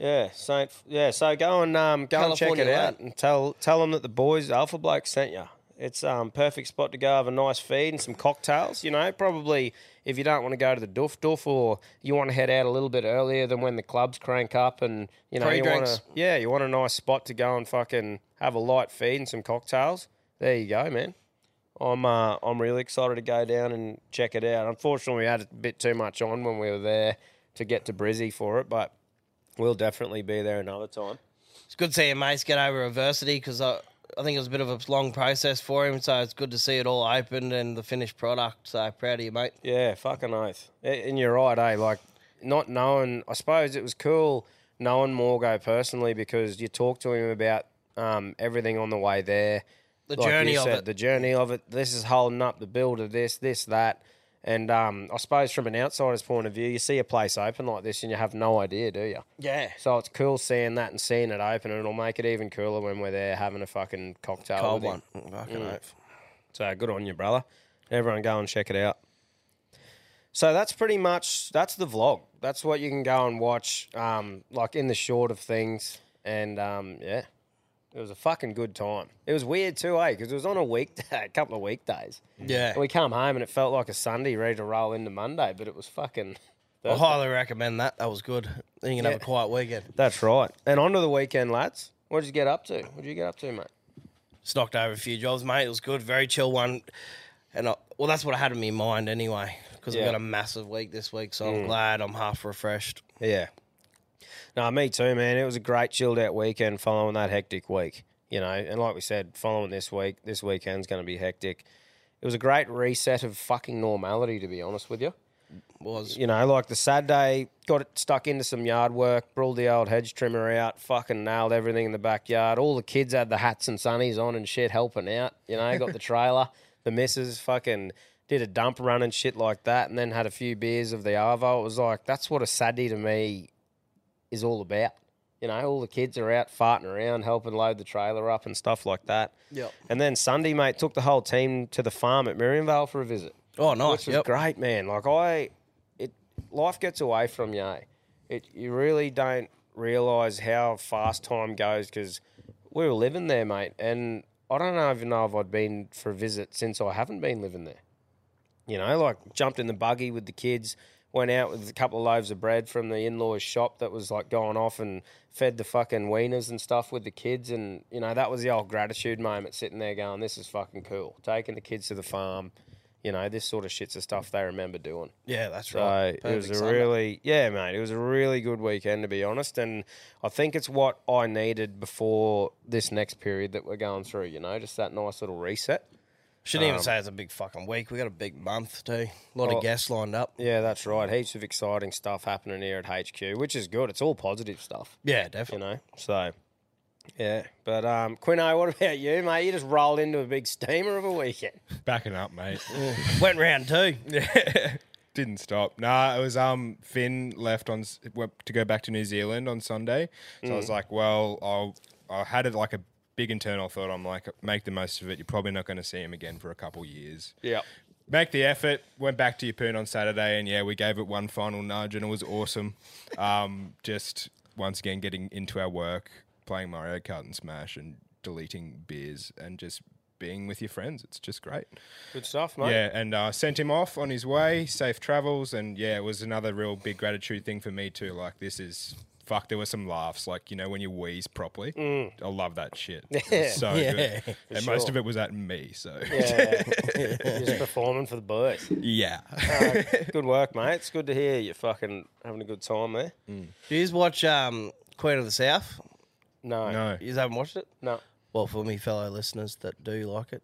yeah, Saint yeah. So go and um, go and check it
California
out
Lane.
and tell tell them that the boys Alpha Bloke sent you. It's um perfect spot to go have a nice feed and some cocktails. You know, probably if you don't want to go to the Duff Duff or you want to head out a little bit earlier than when the clubs crank up and you know you want
Pre-drinks.
to yeah you want a nice spot to go and fucking have a light feed and some cocktails. There you go, man. I'm uh, I'm really excited to go down and check it out. Unfortunately, we had a bit too much on when we were there to get to Brizzy for it, but we'll definitely be there another time.
It's good seeing mates get over adversity because I, I think it was a bit of a long process for him. So it's good to see it all opened and the finished product. So proud of you, mate.
Yeah, fucking oath. A- And you're right, eh? Like not knowing. I suppose it was cool knowing Morgo personally because you talk to him about um, everything on the way there.
The
you
journey of it.
The journey of it. This is holding up the build of this, this, that. And um, I suppose from an outsider's point of view, you see a place open like this and you have no idea, do you?
Yeah.
So it's cool seeing that and seeing it open, and it'll make it even cooler when we're there having a fucking cocktail.
Cold
with him.
one.
Mm.
Fucking oath.
uh, So good on you, brother. Everyone go and check it out. So that's pretty much that's the vlog. That's what you can go and watch, um, like in the short of things. And um, yeah, it was a fucking good time. It was weird too, eh? Because it was on a weekday, a couple of weekdays.
Yeah.
And we come home and it felt like a Sunday, ready to roll into Monday, but it was fucking.
I highly recommend that. That was good. Then you can have a
Yeah.
quiet weekend.
That's right. And onto the weekend, lads. What did you get up to? What did you get up to, mate?
Just knocked over a few jobs, mate. It was good. Very chill one. And I, well, that's what I had in my mind anyway, because
Yeah. Mm.
I've got a massive week this week. So I'm glad I'm half refreshed.
Yeah. No, me too, man. It was a great chilled out weekend following that hectic week, you know. And like we said, following this week, this weekend's going to be hectic. It was a great reset of fucking normality, to be honest with you.
Was
You know, like the Saturday, got it stuck into some yard work, brawled the old hedge trimmer out, fucking nailed everything in the backyard. All the kids had the hats and sunnies on and shit, helping out. You know, got the trailer. The missus fucking did a dump run and shit like that, and then had a few beers of the arvo. It was like that's what a Saturday to me is all about. You know, all the kids are out farting around, helping load the trailer up and stuff like that.
Yep.
And then Sunday, mate, took the whole team to the farm at Miriamvale for a visit
oh nice.
which was
Yep.
great, man. Like I, it life gets away from you. eh? It you really don't realize how fast time goes because we were living there, mate. And I don't know even know if I'd been for a visit since I haven't been living there. You know, like jumped in the buggy with the kids, went out with a couple of loaves of bread from the in laws shop that was like going off and fed the fucking wieners and stuff with the kids. And, you know, that was the old gratitude moment sitting there going, this is fucking cool. Taking the kids to the farm, you know, this sort of shit's the stuff they remember doing.
Yeah, that's
So
right.
it was
Perfect
a
Sunday.
really, yeah, mate, it was a really good weekend to be honest. And I think it's what I needed before this next period that we're going through, you know, just that nice little reset.
Shouldn't even say it's a big fucking week. We got a big month too. A lot
Oh.
of guests lined up.
Yeah, that's right. Heaps of exciting stuff happening here at HQ, which is good. It's all positive stuff,
Yeah,
you
definitely.
know. So, yeah. But um, Quino, what about you, mate? You just rolled into a big steamer of a weekend.
Backing up, mate.
Went round two.
Didn't stop. Nah, it was um Finn left on s- went to go back to New Zealand on Sunday. So I was like, well, I'll I had it like a big internal thought. I'm like, make the most of it. You're probably not going to see him again for a couple years.
Yeah.
Make the effort. Went back to Yapoon on Saturday, and yeah, we gave it one final nudge, and it was awesome. Um, just once again getting into our work, playing Mario Kart and Smash, and deleting beers, and just being with your friends. It's just great.
Good stuff, mate.
Yeah, and uh, sent him off on his way, safe travels, and yeah, it was another real big gratitude thing for me too. Like this is fuck. There were some laughs, like you know when you wheeze properly. I love that shit. It was
Yeah,
so
yeah,
good. And most
sure.
of it was at me. So
Yeah. just performing for the boys.
yeah.
Good work, mate. It's good to hear you fucking having a good time there.
You just watch um, Queen of the South.
No.
no.
You haven't watched it?
No.
Well, for me fellow listeners that do like it,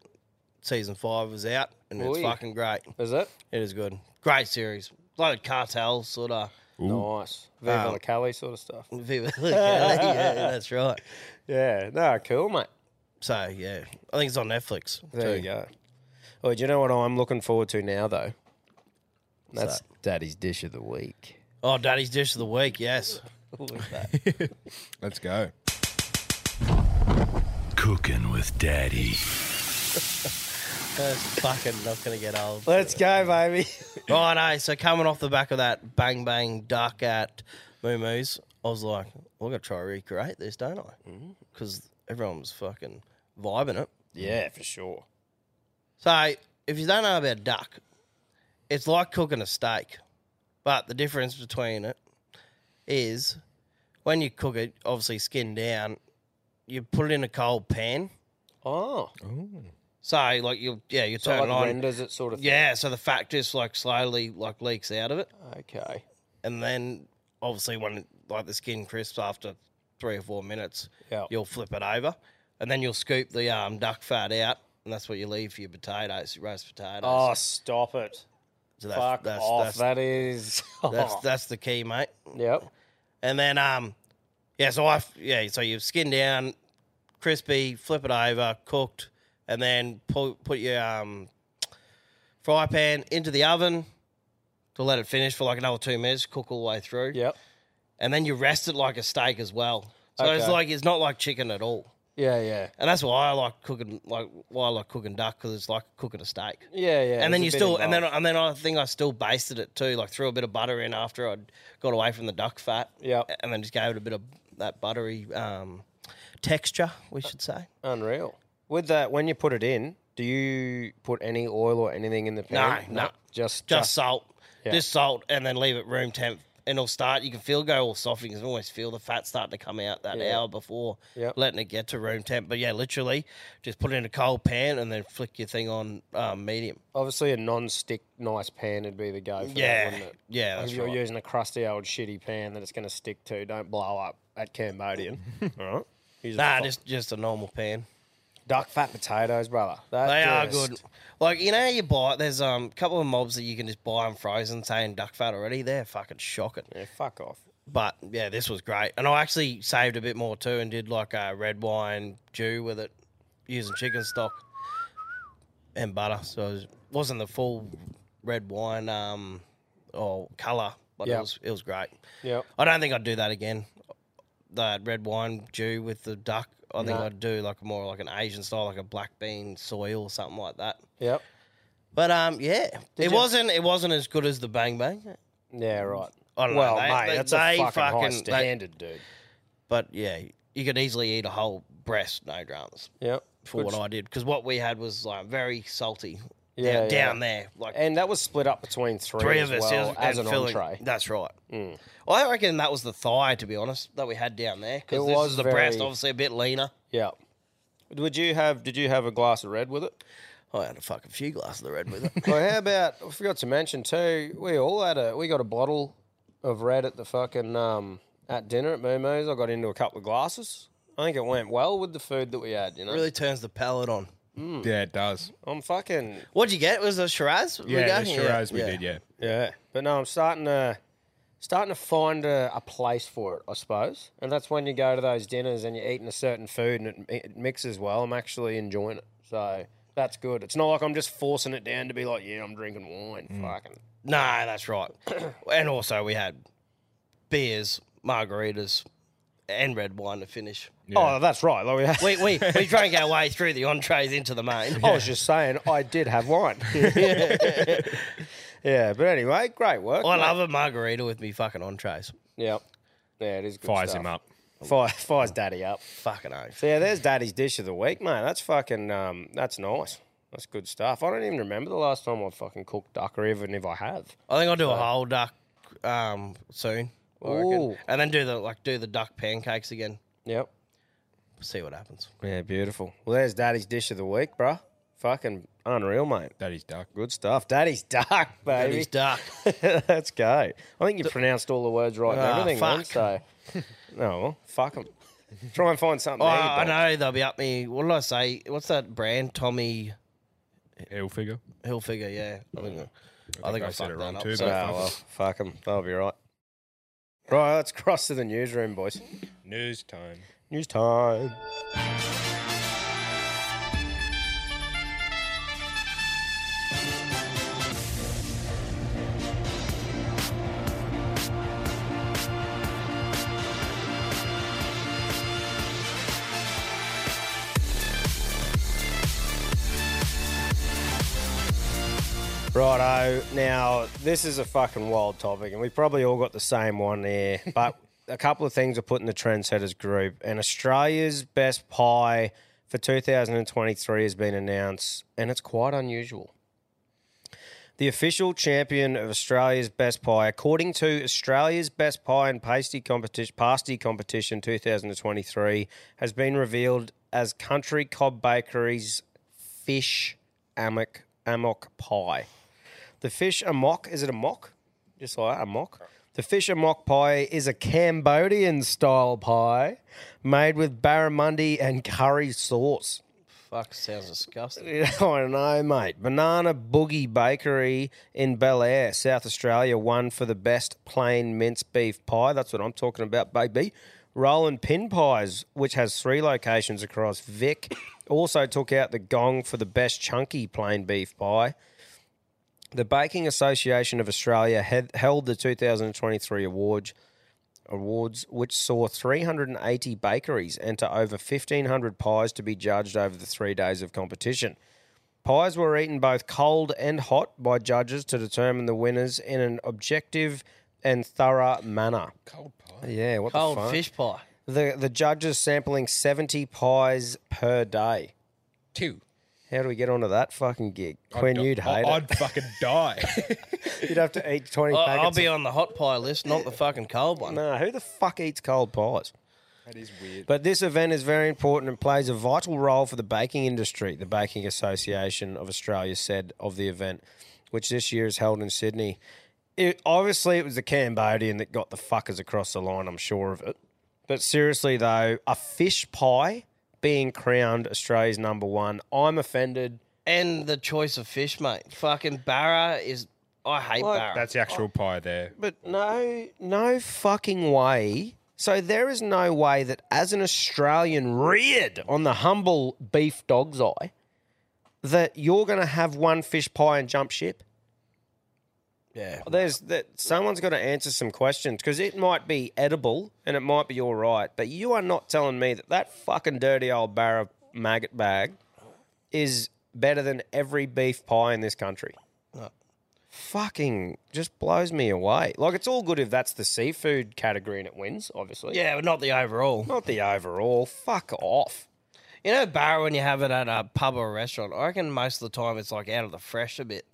season five is out and it's
Oi.
fucking great.
Is it?
It is good. Great series. A lot of cartel sort of.
Nice. Viva la Cali sort of stuff.
people- yeah, that's right.
Yeah. No, cool, mate.
So yeah, I think it's on Netflix.
There you go. Oh, do you know what I'm looking forward to now, though? That's Daddy's dish of the week.
Oh, Daddy's dish of the week. Yes.
Let's go.
Cooking with Daddy.
That's fucking not gonna get old.
Let's go, baby.
Right, eh? So coming off the back of that bang bang duck at Moo Moo's, I was like, well, I gotta try to recreate this, don't I?
Mm.
Because everyone was fucking vibing it.
Yeah, for sure.
So if you don't know about duck, it's like cooking a steak, but the difference between it is when you cook it, obviously skin down, you put it in a cold pan.
Oh,
So like you, yeah, you
so
turn
like
it on.
renders it sort of.
Yeah, so the fat just like slowly like leaks out of it,
Thing. Okay.
and then obviously when like the skin crisps after three or four minutes,
Yeah.
you'll flip it over, and then you'll scoop the um, duck fat out, and that's what you leave for your potatoes, your roast potatoes.
Oh, stop it!
So
Fuck off. That Oh. is.
That's that's the key, mate.
yep.
And then um, yeah. So I yeah. So you skin down, crispy, flip it over, cooked, and then pull, put your um, fry pan into the oven to let it finish for like another two minutes. Cook all the way through.
Yep.
And then you rest it like a steak as well. So it's
Okay.
like it's not like chicken at all.
Yeah, yeah.
And that's why I like cooking, like why I like cooking duck because it's like cooking a steak.
Yeah, yeah,
And then you
there's a bit
still, and then
involved.
and then I think I still basted it too, like threw a bit of butter in after I'd got away from the duck fat.
Yep.
And then just gave it a bit of that buttery um, texture, we should say.
Unreal. With that, when you put it in, do you put any oil or anything in the pan?
No, no. Just
Just, just,
salt,
Yeah.
just salt, and then leave it room temp. And it'll start. You can feel go all softening. You can almost feel the fat starting to come out that
Yeah.
hour before
Yep.
letting it get to room temp. But yeah, literally, just put it in a cold pan and then flick your thing on um, medium.
obviously a non-stick, nice pan would be the go. For
Yeah.
that, wouldn't it?
Yeah,
Like
that's
if you're
right.
using a crusty old shitty pan that it's going to stick to, don't blow up at Cambodian. All right. Use a
Nah,
fu-
just just a normal pan.
duck fat potatoes, brother. That
They are
just-
good. Like you know, how you buy. There's um a couple of mobs that you can just buy them frozen, saying duck fat already. They're fucking shocking.
Yeah, fuck off.
But yeah, this was great, and I actually saved a bit more too, and did like a red wine stew with it, using chicken stock and butter. So it wasn't the full red wine um or color, but
Yeah.
it was it was great.
Yep.
I don't think I'd do that again. That red wine stew with the duck. I think
No.
I'd do like more like an Asian style, like a black bean soy or something like that.
Yep.
But um, yeah, it
you-
wasn't it wasn't as good as the bang bang.
Yeah, right.
I don't know,
well,
they-
mate,
they-
that's
they
a fucking, high
fucking- they-
standard, dude.
But yeah, you could easily eat a whole breast, no dramas,
Yep.
for what I did. Because what we had was like very salty.
Yeah,
down,
yeah.
down there, like
And that was split up between three,
three
as
of us
well
it was-
as an
and filling-
entree. Mm.
That's right. I reckon that was the thigh, to be honest, that we had down there.
It
Because this
was
is the breast,
very-
obviously a bit leaner.
Yeah. Would you have? Did you have a glass of red with it?
I had a fucking few glasses of the red with it.
Well, how about I forgot to mention too. We all had a. We got a bottle of red at the fucking um at dinner at Momo's. I got into a couple of glasses. I think it went well with the food that we had. You know,
really turns the palate on.
Yeah, it does.
I'm fucking
What'd you get? Was it Shiraz? we
Yeah,
got?
the Shiraz we did. Yeah,
yeah. But no, I'm starting to starting to find a, a place for it, I suppose. And that's when you go to those dinners and you're eating a certain food and it, mi- it mixes well. I'm actually enjoying it, so that's good. It's not like I'm just forcing it down to be like, yeah, I'm drinking wine. Fucking
No, that's right. and also we had beers, margaritas, and red wine to finish.
oh, that's right. Like we had,
We we we drank our way through the entrees into the main.
I was just saying, I did have wine. yeah, but anyway, great work.
I love a margarita with me fucking entrees.
Yep. Yeah, it is good
fires
stuff.
him up.
Fire, fires daddy up.
Fucking oath.
So yeah, there's daddy's dish of the week, man. That's fucking, um, that's nice. That's good stuff. I don't even remember the last time I fucking cooked duck, or even if I have.
I think I'll do a whole duck um, soon. I reckon.
Ooh.
And then do the like do the duck pancakes again.
Yep.
See what happens.
Yeah, beautiful. Well, there's daddy's dish of the week, bruh. Fucking unreal, mate.
That is duck.
Good stuff. Daddy's duck,
That
baby.
is duck.
Let's go. I think you pronounced all the words right and
Ah,
everything, man.
fuck.
So, no, well, fuck 'em. Try and find something.
Oh,
there,
I
Bob.
know they'll be up me. What did I say? What's that brand? Tommy
Hill figure.
Hilfiger. Yeah, I think I, think I,
said it
fucked
wrong
that up.
too,
so-
but-
Ah, well, fuck them. They'll be right. Right, let's cross to the newsroom, boys.
News time.
News time. Righto. Now, this is a fucking wild topic, and we probably all got the same one here, but a couple of things are put in the Trendsetters group, and Australia's best pie for 2023 has been announced, and it's quite unusual. The official champion of Australia's Best Pie, according to Australia's Best Pie and Pasty Competition, Pasty Competition 2023, has been revealed as Country Cob Bakery's fish amok amok pie. The fish amok is it amok? Just like that, amok. The fish amok pie is a Cambodian style pie made with barramundi and curry sauce.
Fuck, sounds disgusting.
I don't know, mate. Banana Boogie Bakery in Bel Air, South Australia, won for the best plain mince beef pie. That's what I'm talking about, baby. Roland Pin Pies, which has three locations across Vic, also took out the gong for the best chunky plain beef pie. The Baking Association of Australia had held the 2023 awards Awards, which saw 380 bakeries enter over 1,500 pies to be judged over the three days of competition. Pies were eaten both cold and hot by judges to determine the winners in an objective and thorough manner. Cold pie? Yeah, what
Cold
the fuck?
fish pie.
The, the judges sampling 70 pies per day.
Two.
How do we get onto that fucking gig? Quinn, you'd hate
I'd fucking die.
it. You'd have to eat 20
I-
packets.
I'll be
of-
on the hot pie list, not the fucking cold one.
No, who the fuck eats cold pies?
that is weird.
But this event is very important and plays a vital role for the baking industry, the Baking Association of Australia said of the event, which this year is held in Sydney. It, obviously, it was the Cambodian that got the fuckers across the line, I'm sure of it. But seriously, though, a fish pie being crowned Australia's number one, I'm offended.
And the choice of fish, mate. Fucking Barra is. I hate Barra.
That's the actual pie there.
But no, no fucking way. So there is no way that as an Australian reared on the humble beef dog's eye, that you're going to have one fish pie and jump ship.
yeah.
There's that someone's got to answer some questions because it might be edible and it might be all right, but you are not telling me that that fucking dirty old bar of maggot bag is better than every beef pie in this country. Fucking just blows me away. Like it's all good if that's the seafood category and it wins, obviously.
Yeah, but not the overall.
Not the overall. Fuck off.
You know, Barra, when you have it at a pub or a restaurant, I reckon most of the time it's like out of the fresh a bit.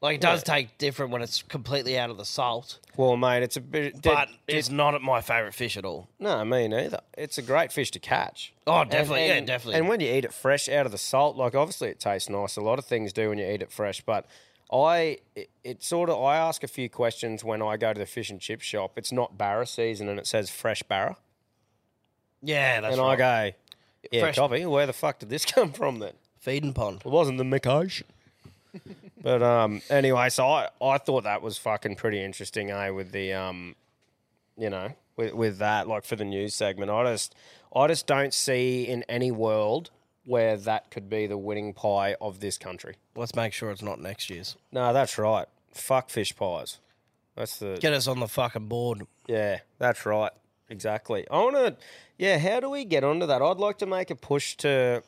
Like, it does take different when it's completely out of the salt,
Well, mate, it's a bit.
but it's not my favourite fish at all.
no, me neither. It's a great fish to catch.
Oh, definitely.
And-
yeah, definitely.
And when you eat it fresh out of the salt, like obviously it tastes nice. A lot of things do when you eat it fresh, but I it, it sort of I ask a few questions when I go to the fish and chip shop. It's not barra season and it says fresh barra,
yeah, that's
and
right.
I go, yeah,
Fresh-
copy. Where the fuck did this come from then?
Feeding pond.
It wasn't the Mikosh. but um, anyway, so I, I thought that was fucking pretty interesting, eh? With the um, you know, with with that, like for the news segment, I just I just don't see in any world where that could be the winning pie of this country.
Let's make sure it's not next year's.
No, that's right. Fuck fish pies. That's the
Get us on the fucking board.
yeah, that's right. Exactly. I want to, yeah, how do we get onto that? I'd like to make a push to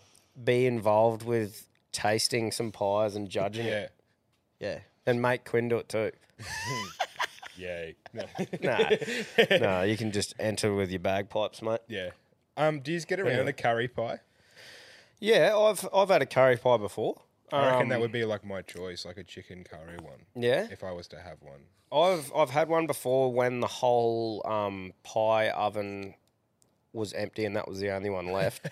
be involved with tasting some pies and judging it.
Yeah.
Yeah.
And make Quinn do it too.
Yay. No.
Nah, nah, you can just enter with your bagpipes, mate.
yeah. Um, do you get around a curry pie?
Yeah, I've I've had a curry pie before.
I reckon that would be like my choice, like a chicken curry one.
Um, Yeah,
If I was to have one.
I've I've had one before when the whole um, pie oven was empty and that was the only one left.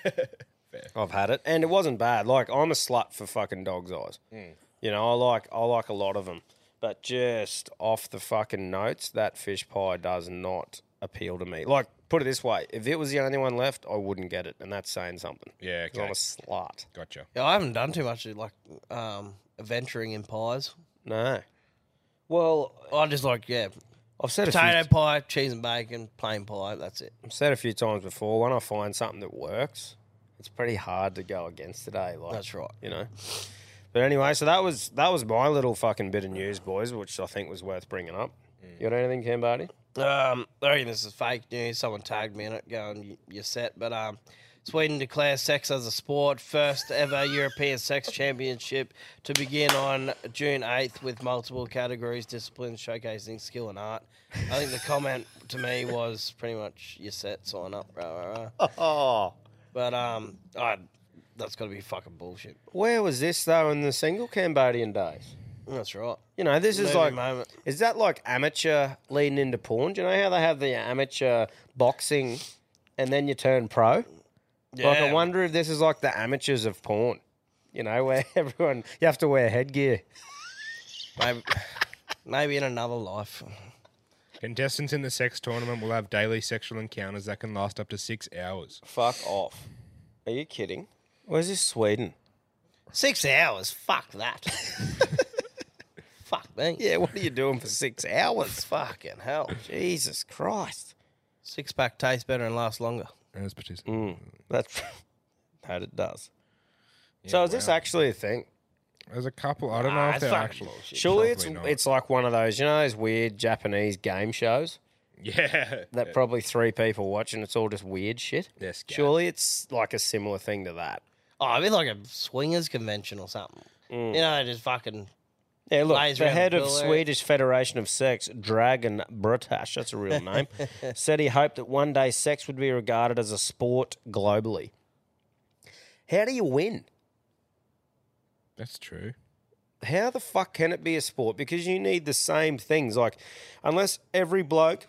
I've had it, and it wasn't bad. Like I'm a slut for fucking dog's eyes. You know, I like I like a lot of them, but just off the fucking notes, that fish pie does not appeal to me. Like put it this way, if it was the only one left, I wouldn't get it, and that's saying something.
Yeah,
'Cause I'm
okay.
a slut.
Gotcha.
Yeah, I haven't done too much like um adventuring in pies.
No. Well,
I just like yeah,
I've said a few-
potato pie, cheese and bacon, plain pie. That's it.
I've said a few times before, when I find something that works, it's pretty hard to go against today. Like
That's right.
you know. But anyway, so that was that was my little fucking bit of news, boys, which I think was worth bringing up.
Mm.
You got anything, Cambody?
Um, I reckon this is fake news. Someone tagged me in it, going "You- you're set. But um, Sweden declares sex as a sport. First ever European sex championship to begin on June 8th with multiple categories, disciplines showcasing skill and art. I think the comment to me was pretty much you're set. Sign up. Rah, rah, rah.
Oh,
But um, I, that's got to be fucking bullshit.
where was this though in the single Cambodian days?
That's right.
You know, this is
Movie
like
moment.
is that like amateur leading into porn? Do you know how they have the amateur boxing and then you turn pro? Like I
Yeah.
wonder if this is like the amateurs of porn. You know, where everyone you have to wear headgear.
Maybe, maybe in another life.
Contestants in the sex tournament will have daily sexual encounters that can last up to six hours.
Fuck off. Are you kidding? Where's this Sweden?
Six hours. Fuck that. Fuck me.
Yeah, what are you doing for six hours?
Fucking hell.
Jesus Christ.
Six pack tastes better and lasts longer.
As partic-
Mm. That's that it does. so is this actually a thing?
There's a couple. I don't know if
it's
they're
fucking
actual.
bullshit.
Surely it's
Probably not.
it's like one of those, you know, those weird Japanese game shows
Yeah.
that probably three people watch and it's all just weird shit.
Yes, Gav.
Surely it's like a similar thing to that.
Oh, it'd be like a swingers convention or something.
Mm.
You know, just fucking.
Yeah, look,
Lays
the
around the
head of
pool area.
Swedish Federation of Sex, Dragon Brutash, that's a real name, said he hoped that one day sex would be regarded as a sport globally. How do you win?
That's true.
how the fuck can it be a sport? Because you need the same things. Like, unless every bloke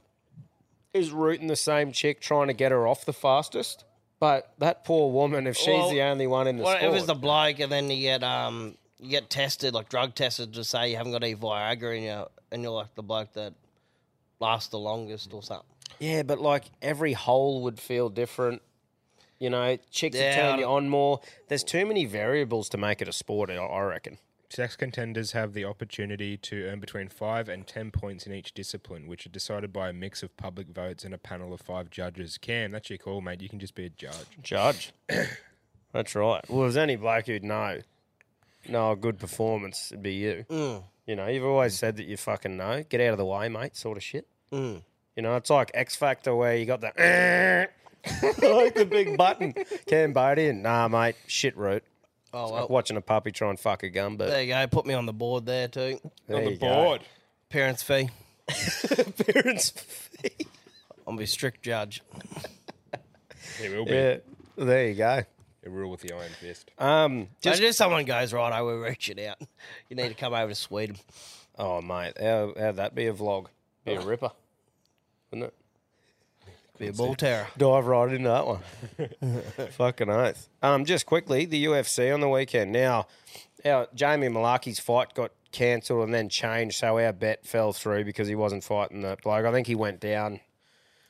is rooting the same chick trying to get her off the fastest. But that poor woman, if she's
Well,
the only one in the
Well,
sport,
it was the bloke, and then you get um, you get tested, like drug tested, to say you haven't got any Viagra in you, and you're like the bloke that lasts the longest or something.
yeah. But like every hole would feel different. You know, chicks would
Yeah, I
turn you
don't-
on more. There's too many variables to make it a sport. I- I reckon.
Sex contenders have the opportunity to earn between five and ten points in each discipline, which are decided by a mix of public votes and a panel of five judges. Cam, that's your call, mate. You can just be a judge.
Judge. That's right. Well, if there's any bloke who'd know, no, a good performance, it'd be you. You know, you've always said that you fucking know. Get out of the way, mate, sort of shit. You know, it's like X Factor where you got the, like the big button. Cambodian. Nah, mate, shit root.
Oh
Like
well,
watching a puppy try and fuck a gum, but
there you go. Put me on the board there too.
there
On the
you go.
board.
Parents' fee.
Parents' fee.
I'll be a strict judge.
It will be
Yeah, there you go.
a rule with the iron fist.
Um,
Just, just someone goes right. I will reach it out. You need to come over to Sweden.
oh, mate, how, how'd that be a vlog? Be a ripper, wouldn't it?
Be a bull terror.
dive right into that one. Fucking oath. Um, just quickly, the UFC on the weekend. Now, our Jamie Malarkey's fight got cancelled and then changed, so our bet fell through because he wasn't fighting that bloke. I think he went down.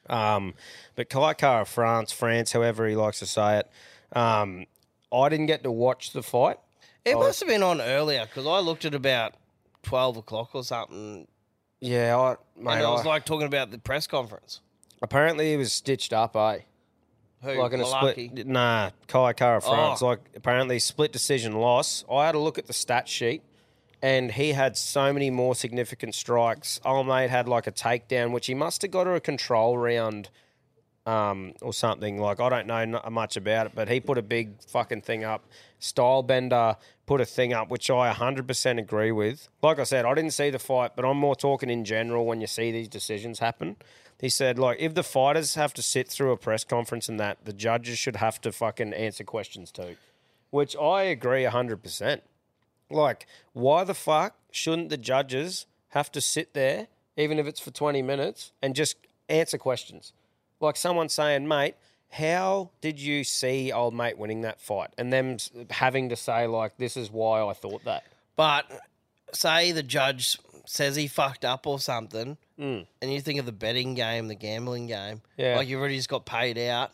Um, but Kaikara of France, France, however he likes to say it. Um, I didn't get to watch the fight.
It must have been on earlier because I looked at about twelve o'clock or something,
Yeah, I mate.
and it was
I-
like talking about the press conference.
apparently he was stitched up, eh?
Who?
like in a
Malarkey?
split. Nah, Kai Kara France.
Oh.
Like apparently split decision loss. I had a look at the stat sheet, and he had so many more significant strikes. Old mate had like a takedown, which he must have got her a control round, um, or something. Like I don't know n- uh, much about it, but he put a big fucking thing up. Style bender put a thing up, which I 100% agree with. Like I said, I didn't see the fight, but I'm more talking in general when you see these decisions happen. He said, like, if the fighters have to sit through a press conference and that, the judges should have to fucking answer questions too, which I agree 100%. Like, why the fuck shouldn't the judges have to sit there, even if it's for 20 minutes, and just answer questions? Like someone saying, mate, how did you see old mate winning that fight? And them s- having to say, like, this is why I thought that.
But say the judge says he fucked up or something, and you think of the betting game, the gambling game.
Yeah.
Like you've already just got paid out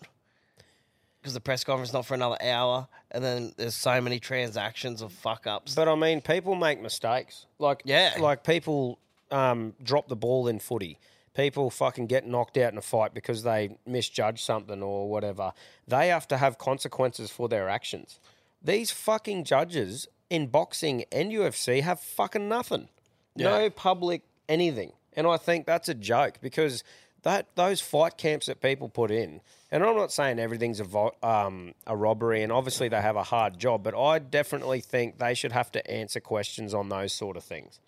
because the press conference is not for another hour, and then there's so many transactions of fuck ups.
But I mean, people make mistakes. Like
Yeah.
like people um, drop the ball in footy. People fucking get knocked out in a fight because they misjudge something or whatever. They have to have consequences for their actions. These fucking judges in boxing and UFC have fucking nothing. No public anything. And I think that's a joke because that those fight camps that people put in, and I'm not saying everything's a, vo- um, a robbery, and obviously they have a hard job, but I definitely think they should have to answer questions on those sort of things.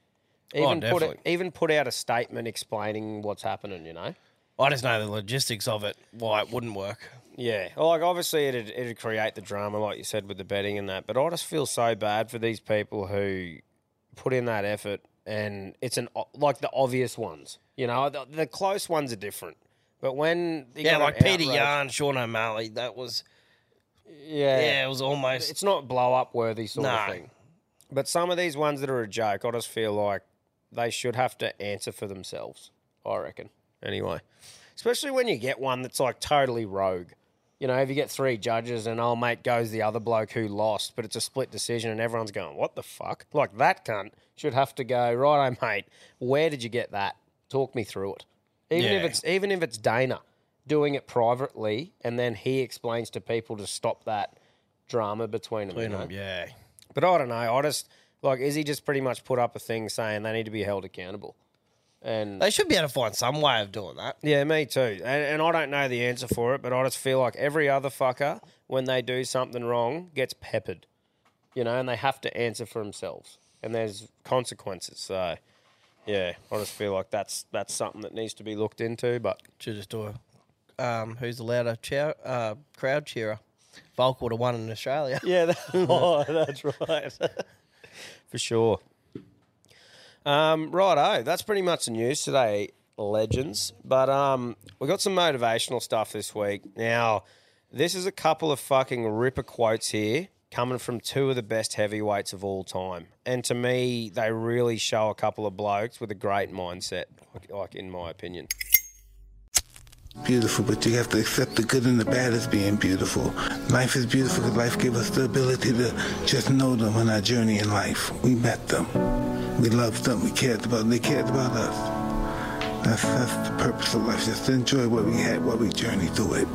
Even put it,
definitely.
even put out a statement explaining what's happening. You know.
I just know the logistics of it, why it wouldn't work.
Yeah, well, like obviously it'd it'd create the drama, like you said, with the betting and that. But I just feel so bad for these people who put in that effort, and it's an o- like the obvious ones. You know, the, the close ones are different. But when you
Yeah,
got
like
an
Peter
outrage-
Yarn, Sean O'Malley, that was,
yeah,
yeah, it was almost.
it's not blow up worthy sort
Nah.
of thing. But some of these ones that are a joke, I just feel like they should have to answer for themselves. I reckon. Anyway, especially when you get one that's like totally rogue. You know, if you get three judges and old mate goes the other bloke who lost, but it's a split decision and everyone's going, what the fuck? Like that cunt should have to go, righto, mate, where did you get that? Talk me through it. Even if
Yeah.
it's even if it's Dana doing it privately and then he explains to people to stop that drama between them. you know?
yeah.
But I don't know. I just like is he just pretty much put up a thing saying they need to be held accountable, And
They should be able to find some way of doing that.
Yeah, me too. And, and I don't know the answer for it, but I just feel like every other fucker, when they do something wrong, gets peppered, you know, and they have to answer for themselves, and there's consequences. So, yeah, I just feel like that's that's something that needs to be looked into. But
Should just do a um, who's the louder cheer, uh, crowd cheerer. Volk would have won in Australia.
yeah, that, oh, that's right, for sure. Um, righto, that's pretty much the news today, legends. But um, we got some motivational stuff this week. Now, this is a couple of fucking ripper quotes here coming from two of the best heavyweights of all time, and to me, they really show a couple of blokes with a great mindset, like, like in my opinion.
beautiful, but you have to accept the good and the bad as being beautiful. Life is beautiful because life gave us the ability to just know them on our journey in life. We met them. We loved them. We cared about them. They cared about us. That's, that's the purpose of life, just to enjoy what we had while we journey through it.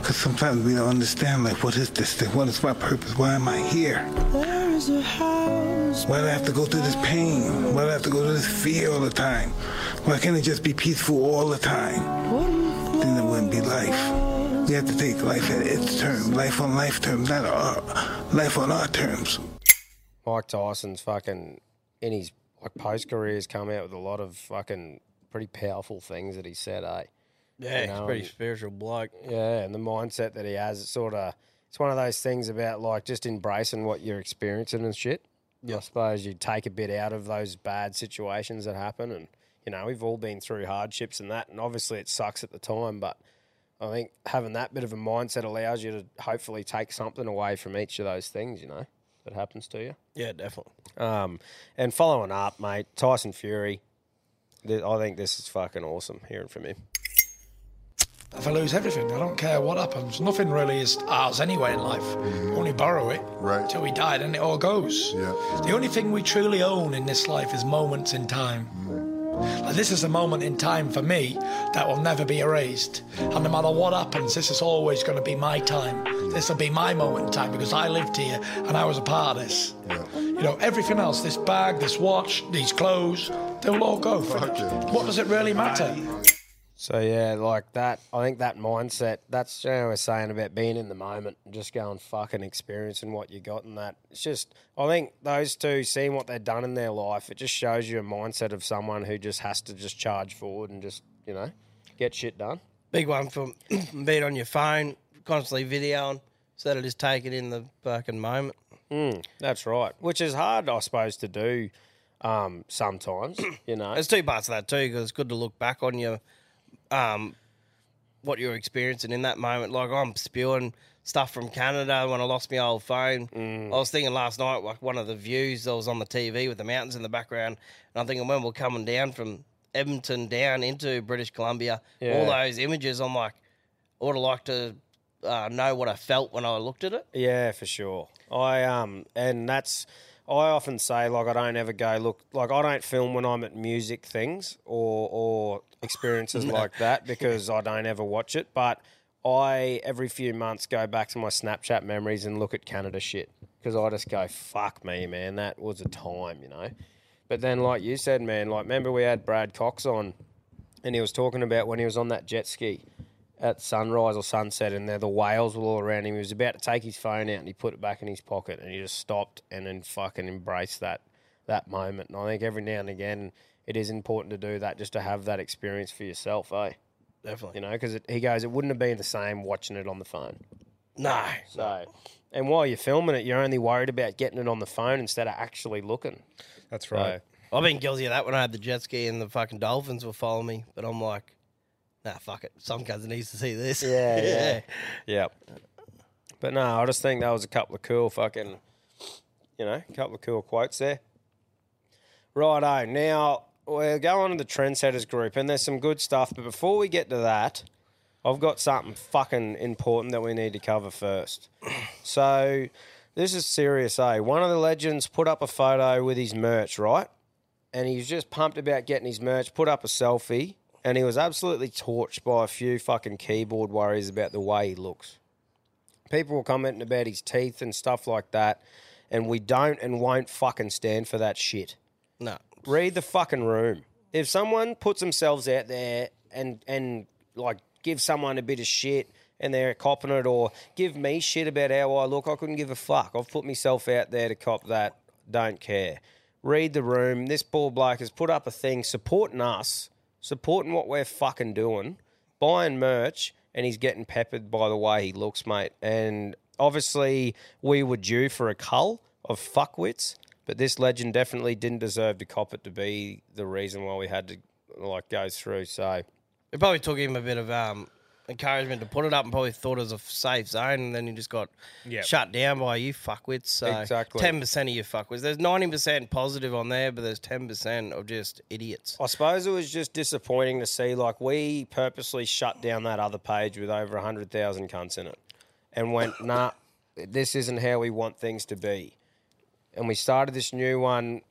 Because sometimes we don't understand, like, what is this thing? What is my purpose? Why am I here? Why do I have to go through this pain? Why do I have to go through this fear all the time? Why can't it just be peaceful all the time? Then it wouldn't be life. We have to take life at its term, life on life terms, not our life on our terms.
Mike Tyson's fucking in his like post career has come out with a lot of fucking pretty powerful things that he said, eh?
Yeah,
he's a pretty
spiritual bloke.
Yeah, and the mindset that he has, it's sort of, it's one of those things about like just embracing what you're experiencing and shit. I suppose you take a bit out of those bad situations that happen, and you know we've all been through hardships and that, and obviously it sucks at the time, but I think having that bit of a mindset allows you to hopefully take something away from each of those things, you know, that happens to you.
Yeah, definitely.
Um, and following up, mate, Tyson Fury. Th- I think this is fucking awesome hearing from him.
If I lose everything, I don't care what happens. Nothing really is ours anyway in life. We Only borrow it
Mm-hmm. Right.
till we die, then it all goes.
Yeah.
The only thing we truly own in this life is moments in time.
Mm-hmm.
Like this is a moment in time for me that will never be erased. And no matter what happens, this is always going to be my time. This will be my moment in time because I lived here and I was a part of this. You know, everything else, this bag, this watch, these clothes, they'll all go.
Fuck it.
What does it really matter?
So yeah, like that. I think that mindset. That's you know, I was saying about being in the moment and just going fucking experiencing what you got and that. It's just I think those two seeing what they've done in their life. It just shows you a mindset of someone who just has to just charge forward and just you know get shit done.
Big one from being on your phone, constantly videoing, so that it just take it in the fucking moment.
That's right. Which is hard, I suppose, to do um, sometimes. You know,
There's two parts of that too, because it's good to look back on your, um, what you're experiencing in that moment. Like I'm spewing stuff from Canada when I lost my old phone. I was thinking last night, like one of the views that was on the TV with the mountains in the background, and I'm thinking when we're coming down from Edmonton down into British Columbia, all
Yeah.
those images, I'm like, I would have liked to uh, know what I felt when I looked at it.
Yeah, for sure. I um, and that's I often say like I don't ever go look like I don't film when I'm at music things or or experiences like that because I don't ever watch it. But I every few months go back to my Snapchat memories and look at Canada shit because I just go fuck me, man. That was a time, you know. But then, like you said, man, like remember we had Brad Cox on and he was talking about when he was on that jet ski at sunrise or sunset, and there the whales were all around him. He was about to take his phone out, and he put it back in his pocket, and he just stopped and then fucking embraced that that moment. And I think every now and again, it is important to do that just to have that experience for yourself, eh?
Definitely.
You know, because he goes, it wouldn't have been the same watching it on the phone.
No.
So, and while you're filming it, you're only worried about getting it on the phone instead of actually looking.
That's
So,
right.
I've been guilty of that when I had the jet ski and the fucking dolphins were following me, but I'm like, nah, fuck it. Some cousin needs to see this.
Yeah, yeah. Yep. But no, I just think that was a couple of cool fucking, you know, couple of cool quotes there. Righto. Now we're going to the trendsetters group, and there's some good stuff. But before we get to that, I've got something fucking important that we need to cover first. So this is serious, eh? One of the legends put up a photo with his merch, right? and he was just pumped about getting his merch, put up a selfie, and he was absolutely torched by a few fucking keyboard worries about the way he looks. People were commenting about his teeth and stuff like that, and we don't and won't fucking stand for that shit.
No.
Read the fucking room. if someone puts themselves out there and and like give someone a bit of shit and they're copping it or give me shit about how I look, I couldn't give a fuck. I've put myself out there to cop that. Don't care. Read the room. This poor bloke has put up a thing supporting us, supporting what we're fucking doing, buying merch, and he's getting peppered by the way he looks, mate. And obviously, we were due for a cull of fuckwits. But this legend definitely didn't deserve to cop it to be the reason why we had to like go through. So
It probably took him a bit of um, encouragement to put it up and probably thought it was a safe zone, and then he just got shut down by you fuckwits. So
Exactly.
10% of you fuckwits. There's 90% positive on there, but there's 10% of just idiots.
I suppose it was just disappointing to see like we purposely shut down that other page with over hundred thousand cunts in it, and went nah, this isn't how we want things to be, and we started this new one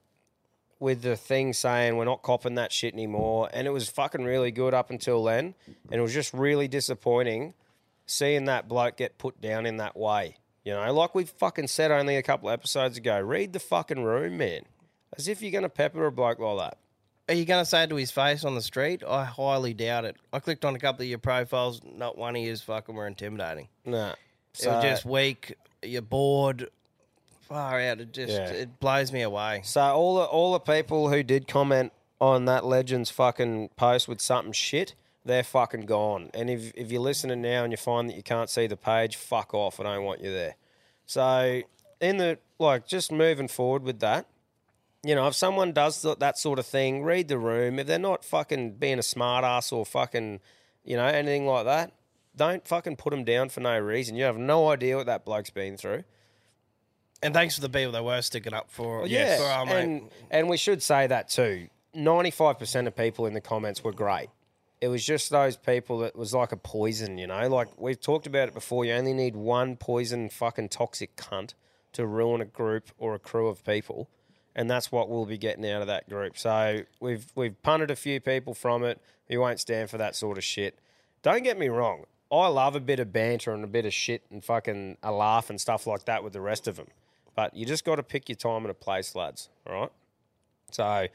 with the thing saying we're not copping that shit anymore, and it was fucking really good up until then, and it was just really disappointing seeing that bloke get put down in that way. You know, like we fucking said only a couple episodes ago, read the fucking room, man. As if you're gonna pepper a bloke like that.
Are you going to say it to his face on the street? I highly doubt it. I clicked on a couple of your profiles. Not one of you fucking were intimidating.
Nah.
It was just weak. You're bored. Far out. It just
Yeah.
it blows me away.
So all the all the people who did comment on that legend's fucking post with something shit, they're fucking gone. And if if you're listening now and you find that you can't see the page, fuck off. I don't want you there. So in the like, just moving forward with that, you know, if someone does th- that sort of thing, read the room. If they're not fucking being a smart ass or fucking, you know, anything like that, don't fucking put them down for no reason. You have no idea what that bloke's been through.
And thanks to the people that were sticking up for.
Yeah,
for our mate.
and and we should say that too. Ninety-five percent of people in the comments were great. It was just those people that was like a poison, you know. Like we've talked about it before. You only need one poison, fucking toxic cunt to ruin a group or a crew of people, and that's what we'll be getting out of that group. So we've we've punted a few people from it who won't stand for that sort of shit. Don't get me wrong. I love a bit of banter and a bit of shit and fucking a laugh and stuff like that with the rest of them. But you just got to pick your time and a place, lads. All right. So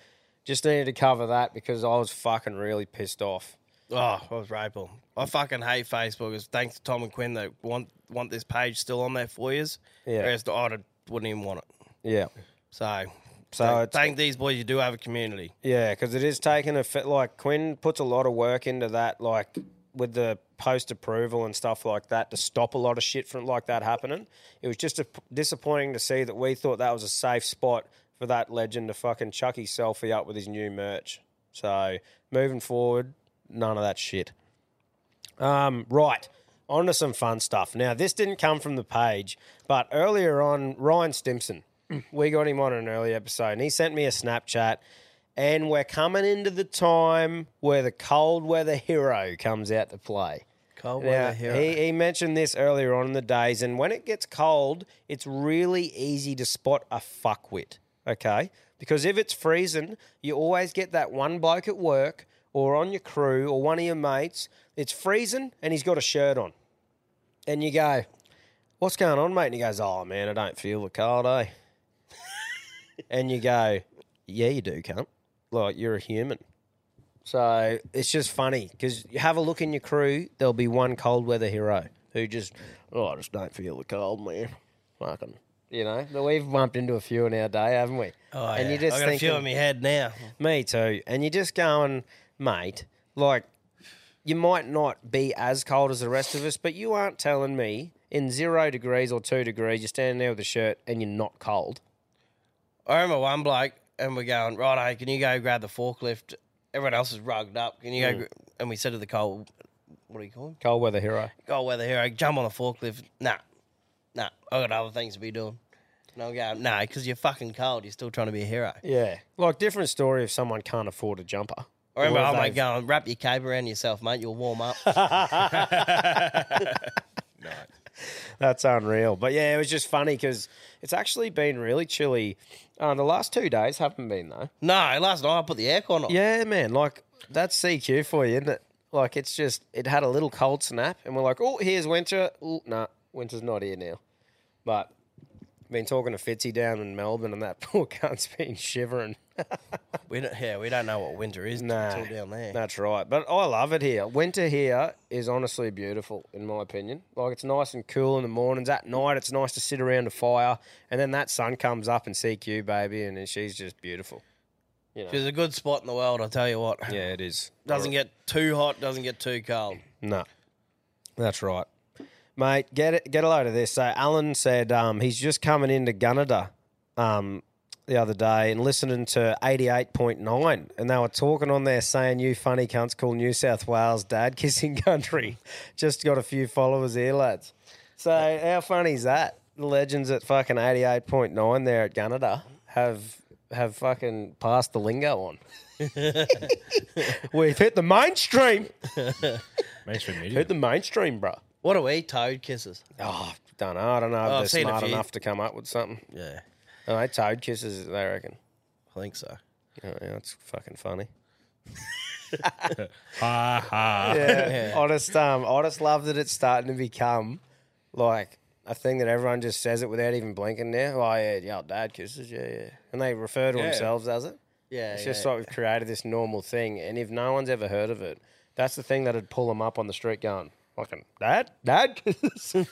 just needed to cover that because I was fucking really pissed off.
Oh, I was rapeful. I fucking hate Facebook. It's thanks to Tom and Quinn that want want this page still on there for you.
Yeah.
Whereas the I wouldn't even want it.
Yeah.
So,
So
thank,
it's
thank these boys. You do have a community.
yeah, because it is taking a fit. Like Quinn puts a lot of work into that, like with the post approval and stuff like that to stop a lot of shit from like that happening. It was just a, disappointing to see that we thought that was a safe spot for that legend to fucking chuck his selfie up with his new merch. So moving forward, none of that shit. Um, right. On to some fun stuff. Now, this didn't come from the page, but earlier on, Ryan Stimson, we got him on an early episode, and he sent me a Snapchat. And we're coming into the time where the cold weather hero comes out to play.
Cold
Now, he, he mentioned this earlier on in the days, and when it gets cold, it's really easy to spot a fuckwit, okay? Because if it's freezing, you always get that one bloke at work or on your crew or one of your mates. It's freezing and he's got a shirt on. And you go, What's going on, mate? And he goes, Oh, man, I don't feel the cold, eh? and you go, Yeah, you do, cunt. Like, you're a human. So it's just funny because you have a look in your crew, there'll be one cold weather hero who just, oh, I just don't feel the cold, man. Fucking, you know, but we've bumped into a few in our day, haven't we?
Oh,
and
yeah.
you just
I got a few
thinking-
in my head now.
me too. And you're just going, mate, like, you might not be as cold as the rest of us, but you aren't telling me in zero degrees or two degrees, you're standing there with a shirt and you're not cold.
I remember one bloke, and we're going right. can you go grab the forklift? Everyone else is rugged up. Can you
Hmm.
go? gr-" And we said to the cold, what do you call him?
Cold weather hero.
Cold weather hero. Jump on the forklift. Nah, nah. I got other things to be doing. And I'm going, nah, because you're fucking cold. You're still trying to be a hero.
Yeah. Like, different story if someone can't afford a jumper.
I remember,
Or
oh
if
my
they've-
god, wrap your cape around yourself, mate. You'll warm up.
That's unreal. But yeah, it was just funny because it's actually been really chilly. Uh, the last two days haven't been, though.
no, last night I put the aircon on.
Yeah, man. Like that's CQ for you, isn't it? Like it's just it had a little cold snap, and we're like, oh, here's winter. Oh, nah, winter's not here now. But been talking to Fitzy down in Melbourne, and that poor cunt's been shivering.
We don't, yeah, we don't know what winter is
Nah,
until down there.
That's right. But I love it here. Winter here is honestly beautiful, in my opinion. Like it's nice and cool in the mornings. At night, it's nice to sit around a fire, and then that sun comes up in CQ, baby, and then she's just beautiful.
It's a good spot in the world, I'll tell you what.
Yeah, it is.
Doesn't get too hot, doesn't get too cold.
No, that's right, mate. Get it, get a load of this. So Alan said um, he's just coming into Gunnedah um, the other day and listening to eighty eight point nine, and they were talking on there saying you funny cunts call New South Wales dad kissing country. just got a few followers here, lads. So how funny is that? The legends at fucking eighty eight point nine there at Gunnedah have have fucking passed the lingo on. We've hit the mainstream.
Mainstream media.
Hit the mainstream, bruh.
What are we? Toad kisses.
Oh, don't know. I don't know if
Oh, I've
they're
seen a
smart
few.
enough to come up with something.
Yeah,
Oh, they toad kisses, they reckon.
I think so.
Oh, yeah, it's fucking funny.
Ha ha.
Yeah. I just, um, I just love that it's starting to become like a thing that everyone just says it without even blinking now. Oh, yeah, yeah, dad kisses, yeah, yeah. And they refer to
Yeah.
themselves as it.
Yeah,
It's just like we've created this normal thing. And if no one's ever heard of it, that's the thing that'd pull them up on the street going, fucking, dad, dad kisses.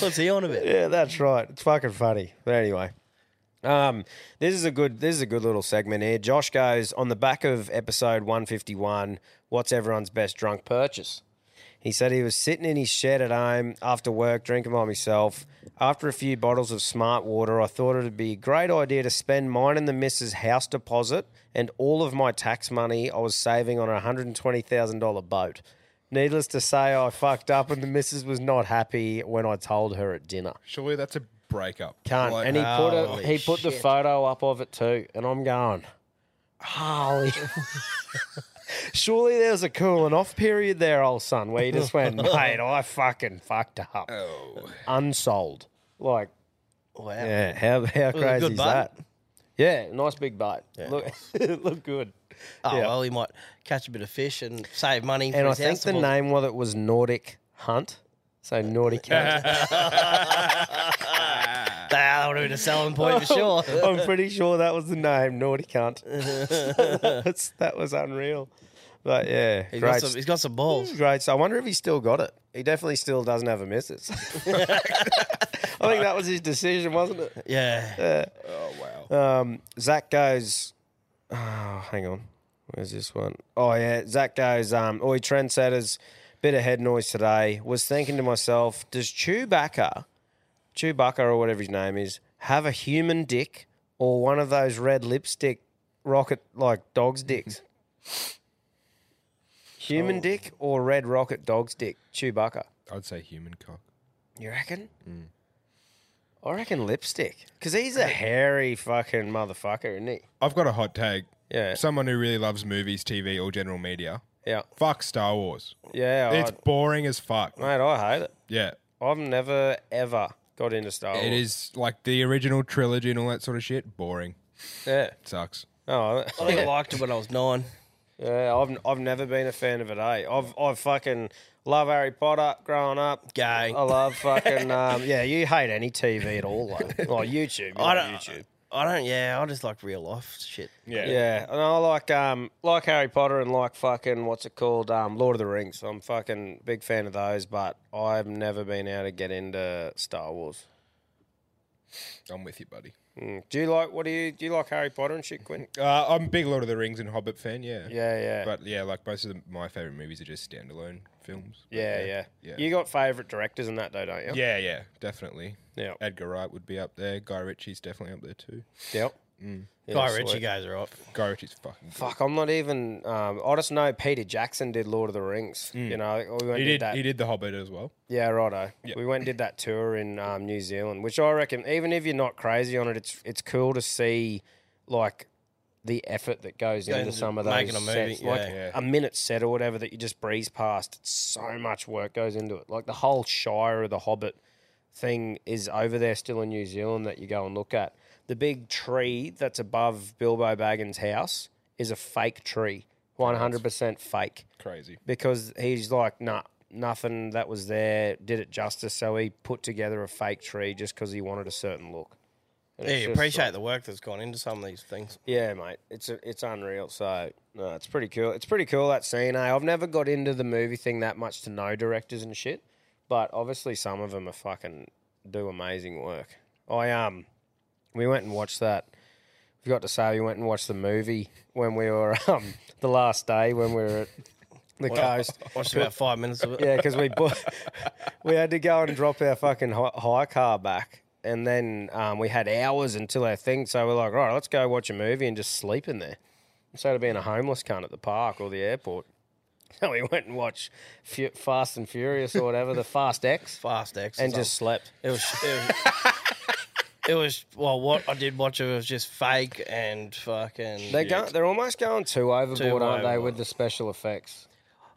what's he on about?
Yeah, that's right. It's fucking funny. But anyway, um, this is a good this is a good little segment here. Josh goes on the back of episode 151. What's everyone's best drunk purchase? He said he was sitting in his shed at home after work, drinking by myself. After a few bottles of smart water, I thought it'd be a great idea to spend mine and the missus' house deposit and all of my tax money I was saving on a $120,000 boat. Needless to say, I fucked up and the missus was not happy when I told her at dinner.
Surely that's a breakup.
Can't.
Like,
and he put
holy
a, he put the photo up of it too, and I'm going, holy. Surely there was a cooling off period there, old son, where you just went, mate, I fucking fucked up, unsold. Like,
Wow.
Oh. yeah, how how
was a
crazy
good
is
bite.
that? Yeah, nice big bite. Look, look good.
Oh,
Yeah.
well, he might catch a bit of fish and save money. For
And I
his
think
house
the
deposit.
name of it was Nordic Hunt. So Nordic Hunt.
That would have been a selling point for sure.
I'm pretty sure that was the name, Naughty Cunt. That's, that was unreal. But yeah,
He's got,
great.
some, he's got some balls.
great. So I wonder if he still got it. He definitely still doesn't have a missus. I think that was his decision, wasn't it?
Yeah.
Zach goes, oh, hang on. Where's this one? Oh, yeah. Zach goes, um, Oi, trendsetters, bit of head noise today. Was thinking to myself, does Chewbacca, Chewbacca or whatever his name is, have a human dick or one of those red lipstick rocket like dog's dicks? human dick or red rocket dog's dick? Chewbacca.
I'd say human cock.
You reckon? I reckon lipstick. Because he's a hairy fucking motherfucker, isn't he?
I've got a hot take.
Yeah.
Someone who really loves movies, TV, or general media.
Yeah.
Fuck Star Wars.
Yeah,
It's
I,
boring as fuck.
mate, I hate it.
Yeah.
I've never ever got into Star Wars.
It is like the original trilogy and all that sort of shit. Boring.
yeah.
Sucks.
Oh,
I think I liked it when I was nine.
yeah. I've I've never been a fan of it. Eh? I've I fucking love Harry Potter growing up.
Gay.
I love fucking um, yeah. You hate any TV at all, though. like YouTube. You
I
like
don't-
YouTube.
I don't, yeah, I just like real life shit.
Yeah, and I like um like Harry Potter and like fucking what's it called um Lord of the Rings. I'm fucking big fan of those, but I've never been able to get into Star Wars. Mm.
I'm with you, buddy.
Do you like what do you do you like Harry Potter and shit, Quinn?
Uh, I'm a big Lord of the Rings and Hobbit fan, yeah.
Yeah, yeah.
But yeah, like most of the, my favorite movies are just standalone films.
Yeah, yeah.
yeah.
You got favourite directors and that though, don't you?
Yeah, yeah, definitely.
Yep.
Edgar Wright would be up there. Guy Ritchie's definitely up there too.
Yep. Yeah,
Guy
sweet.
Ritchie goes right.
Guy Ritchie's fucking good.
Fuck, I'm not even. Um, I just know Peter Jackson did Lord of the Rings. You know, we went
He
and
did,
did, that.
he did The Hobbit as well.
Yeah, righto. We went and did that tour in um, New Zealand, which I reckon, even if you're not crazy on it, it's it's cool to see like the effort that goes
Goes
into
into
some of those
making a movie,
sets. like
yeah.
Yeah.
a minute set or whatever that you just breeze past. It's so much work goes into it. Like the whole Shire of the Hobbit thing is over there still in New Zealand that you go and look at. The big tree that's above Bilbo Baggins' house is a fake tree, one hundred percent fake
Crazy.
because he's like, nah, nothing that was there did it justice. So he put together a fake tree just because he wanted a certain look. And
Yeah,
it's
you
just uh,
appreciate
like-
the work that's gone into some of these things.
yeah, mate. It's a, it's unreal. So no, it's pretty cool. It's pretty cool that scene. Eh? I've never got into the movie thing that much to know directors and shit, but obviously some of them are fucking do amazing work. I um, we went and watched that. Forgot to say we went and watched the movie when we were um the last day when we were at the coast.
Watched about five minutes of it.
Yeah, because we bo- we had to go and drop our fucking hi- hire car back, and then um, we had hours until our thing. So we're like, all right, let's go watch a movie and just sleep in there instead of being a homeless cunt at the park or the airport. So we went and watched Fu- Fast and Furious or whatever, the Fast X,
Fast X. or
and
something.
just slept.
It was. It was It was well. What I did watch it was just fake and fucking.
They're go- they're almost going too overboard, aren't they,
overboard.
with the special effects?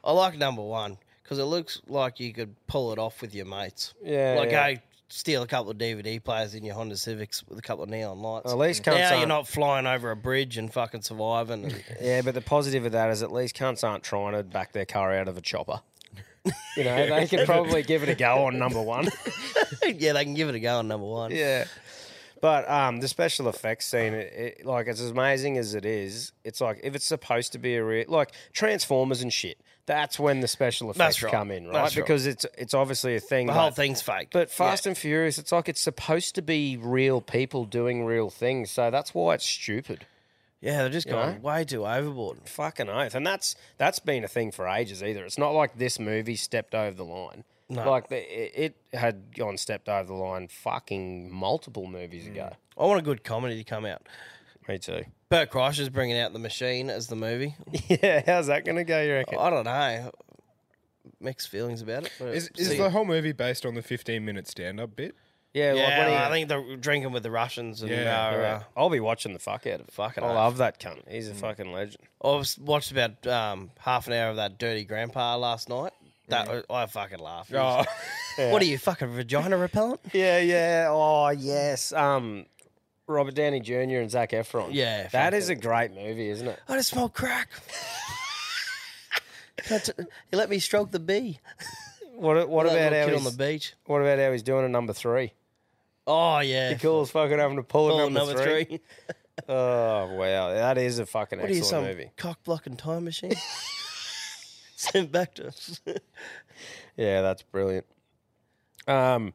I like number one because it looks like you could pull it off with your mates.
Yeah,
like
yeah.
hey, steal a couple of DVD players in your Honda Civics with a couple of neon lights.
At least cunts
now you're
aren't-
not flying over a bridge and fucking surviving. and-
Yeah, but the positive of that is at least cunts aren't trying to back their car out of a chopper. You know, they could probably give it a go on number one.
yeah, they can give it a go on number one.
yeah. But um, the special effects scene, it, it, like it's as amazing as it is. It's like if it's supposed to be a real, like Transformers and shit. That's when the special effects
right.
come in, right?
That's right.
because it's it's obviously a thing.
the
but-
whole thing's fake.
But Fast and Furious, it's like it's supposed to be real people doing real things. So that's why it's stupid.
yeah, they're just going way too overboard.
Fucking oath. And that's that's been a thing for ages either. It's not like this movie stepped over the line. Like the, it, it had gone stepped over the line fucking multiple movies ago.
I want a good comedy to come out.
Me too.
Bert Kreischer's bringing out The Machine as the movie.
Yeah, how's that going to go, you reckon?
I don't know. Mixed feelings about it. but
Is,
see-
is the whole movie based on the 15 minute stand up bit?
yeah,
yeah,
like when he,
I think they're drinking with the Russians and
Yeah.
uh, uh,
I'll be watching the fuck out of Mm. it.
Fucking
I
oath.
love that cunt. He's a fucking legend.
I was watched about um, half an hour of that dirty grandpa last night. That was, I fucking laughed. It was-
Oh.
What are you fucking vagina repellent?
Yeah, yeah. Oh, yes. Um, Robert Downey Jr. and Zach Efron.
Yeah,
that is a great movie, isn't it?
I just smell crack. That's- he let me stroke the bee.
What What
That
about
little
how
kid
he's,
on the beach?
What about how he's doing a number three?
Oh yeah,
He calls fucking having to pull, a
Pull
number, three.
three.
Oh wow, that is a fucking
What are you,
excellent
some
movie.
cock blocking time machine? Sent back to us.
Yeah, that's brilliant. Um,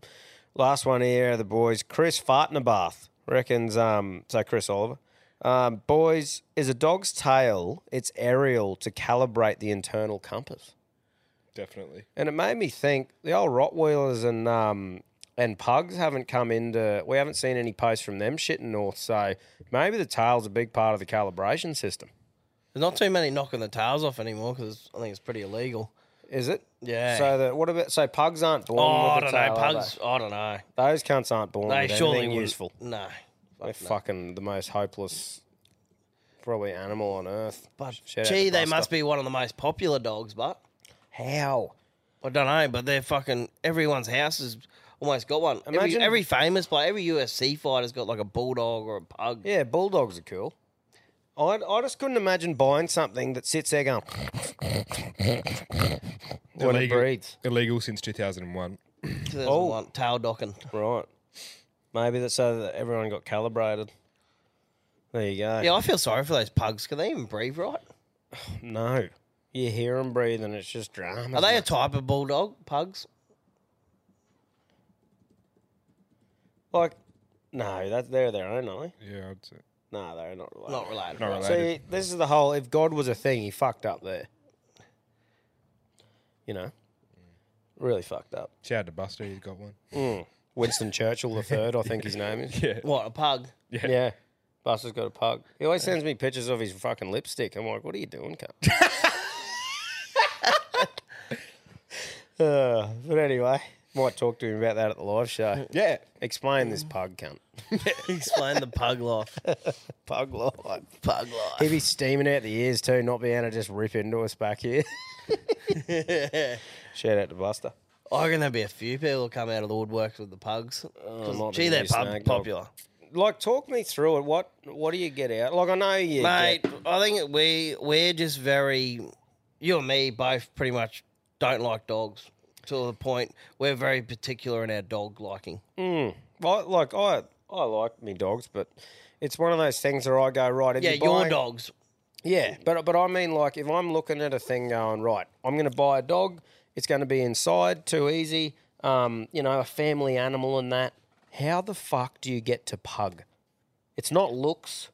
last one here, the boys. Chris Fartnabath reckons. Um, so Chris Oliver. Um, boys, is a dog's tail its aerial to calibrate the internal compass?
Definitely.
And it made me think the old Rottweilers and um, and pugs haven't come into. We haven't seen any posts from them shitting north. So maybe the tail's a big part of the calibration system.
There's not too many knocking the tails off anymore because I think it's pretty illegal.
Is it?
Yeah.
So that what about? So pugs aren't born.
Oh, I
with
don't
a tail,
know.
are
Pugs, I don't know.
They? Those cunts aren't born.
They
with
surely
anything
wouldn't-
useful.
No.
They're fucking the most hopeless, probably animal on earth.
But
Shout out
gee,
to
they
Buster.
must be one of the most popular dogs, but
How?
I don't know, but they're fucking everyone's house has almost got one.
Imagine-
every, every famous player, every UFC fighter's got like a bulldog or a pug.
Yeah, bulldogs are cool. I, I just couldn't imagine buying something that sits there going when it
Illegal.
breeds.
Illegal since 2001.
Oh. tail docking.
Right. Maybe that's so that everyone got calibrated. There you go.
Yeah, I feel sorry for those pugs. Can they even breathe right?
No. You hear them breathe and it's just drama.
Are they a type of bulldog pugs?
like, no, that, they're their own, aren't they?
Yeah, I'd say.
No, they're not related.
Not related.
Not
right?
related.
See, this is the whole. If God was a thing, he fucked up there. You know, really fucked up.
Shout out to Buster, he's got one.
Winston Churchill the third, I think his name is. Yeah.
What a pug.
Yeah. Buster's got a pug. He always sends me pictures of his fucking lipstick. I'm like, what are you doing, cunt? uh, but anyway, might talk to him about that at the live show.
Yeah.
Explain this pug, cunt.
Explain the pug life.
Pug life.
Pug life.
He'd be steaming out the ears too, not being able to just rip into us back here. Shout out to Buster.
I reckon there'll be a few people come out of the woodworks with the pugs. 'Cause,
might be
gee,
a
they're
new
pub-
snag dog.
popular.
Like, talk me through it. What What do you get out? Like, I know you.
Mate,
get-
I think we we're just very you and me both pretty much don't like dogs to the point we're very particular in our dog liking.
I, like I, I like me dogs, but it's one of those things where I go right. If
Yeah,
you're
your
buying-
dogs.
Yeah, but but I mean, like, if I'm looking at a thing going right, I'm going to buy a dog. It's going to be inside, too easy. Um, you know, a family animal and that. How the fuck do you get to pug? It's not looks.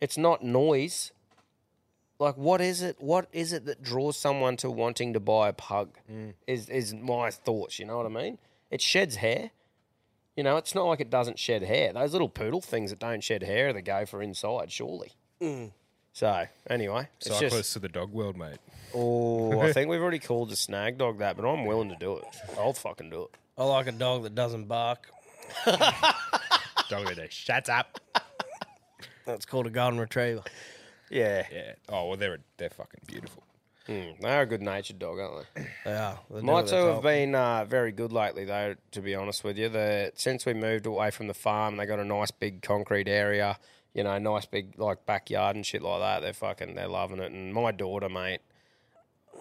It's not noise. Like, what is it? What is it that draws someone to wanting to buy a pug? Is is my thoughts. You know what I mean? It sheds hair. You know, it's not like it doesn't shed hair. Those little poodle things that don't shed hair are the go for inside, surely. So anyway, it's
Cyclists
just
to the dog world, mate.
oh, I think we've already called the snag dog that, but I'm willing to do it. I'll fucking do it.
I like a dog that doesn't bark.
Dog of the day. Shut up.
That's called a golden retriever.
Yeah,
Yeah. Oh well, they're they're fucking beautiful.
they're a good natured dog, aren't they?
Yeah,
My two have been uh, very good lately, though. To be honest with you, the since we moved away from the farm, they got a nice big concrete area. You know, nice big like backyard and shit like that. They're fucking, they're loving it. And my daughter, mate,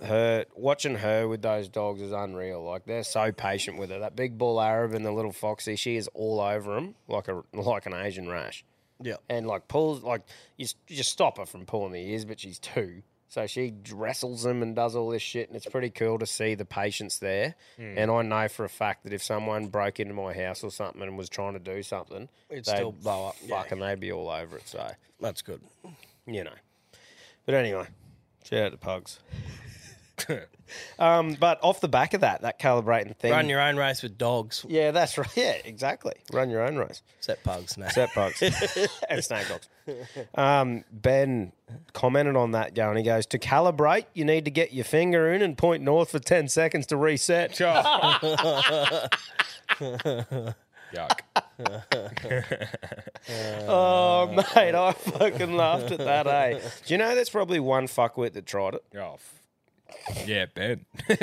her watching her with those dogs is unreal. Like they're so patient with her. That big bull Arab and the little foxy, she is all over them like a like an Asian rash.
Yeah.
and like pulls like you, s- you just stop her from pulling the ears, but she's two, so she wrestles them and does all this shit, and it's pretty cool to see the patience there.
Hmm.
And I know for a fact that if someone broke into my house or something and was trying to do something,
It'd
they'd
still blow up, yeah.
Fucking, they'd be all over it. So
That's good.
you know. But anyway, shout out to pugs. um, but off the back of that, that calibrating thing.
Run your own race with dogs,
yeah, that's right. Yeah, exactly. Run your own race.
except pugs. No.
Set bugs and snake dogs. Um, ben commented on that, going, he goes, To calibrate, you need to get your finger in and point north for 10 seconds to reset.
Yuck.
Oh, mate, I fucking laughed at that, eh? Do you know there's probably one fuckwit that tried it?
oh. f- Yeah, Ben.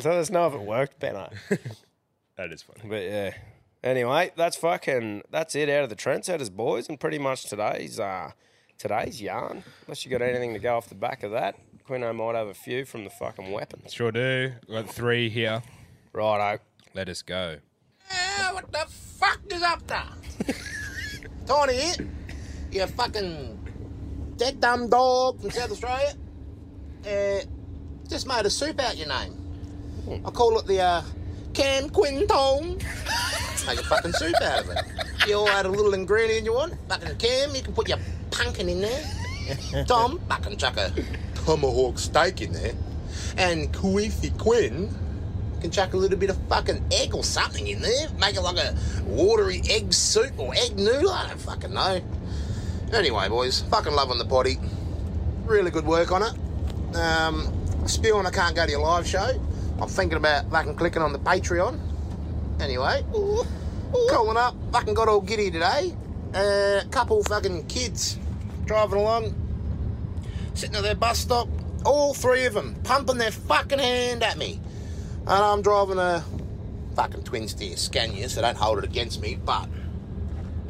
So let's know if it worked, Benno.
that is funny.
But yeah. Anyway, that's fucking that's it out of the trendsetters, boys, and pretty much today's uh today's yarn. Unless you got anything to go off the back of that. Quino might have a few from the fucking weapons.
Sure do. Got three here.
Righto.
Let us go.
Eh, what the fuck is up there? Tony, it? You fucking dead dumb dog from South Australia. Uh, just made a soup out your name. I call it the uh, Cam Quintone. Make a fucking soup out of it. You all add a little ingredient you want. Fucking Cam, you can put your pumpkin in there. Tom, fucking chuck a tomahawk steak in there. And Queefy Quinn, can chuck a little bit of fucking egg or something in there. Make it like a watery egg soup or egg noodle. I don't fucking know. Anyway, boys, fucking loving the potty. Really good work on it. Um, spewing, I can't go to your live show. I'm thinking about fucking clicking on the Patreon. Anyway, calling up. Fucking got all giddy today. A uh, couple fucking kids driving along, sitting at their bus stop. All three of them pumping their fucking hand at me and I'm driving a fucking twin steer Scania, so don't hold it against me. But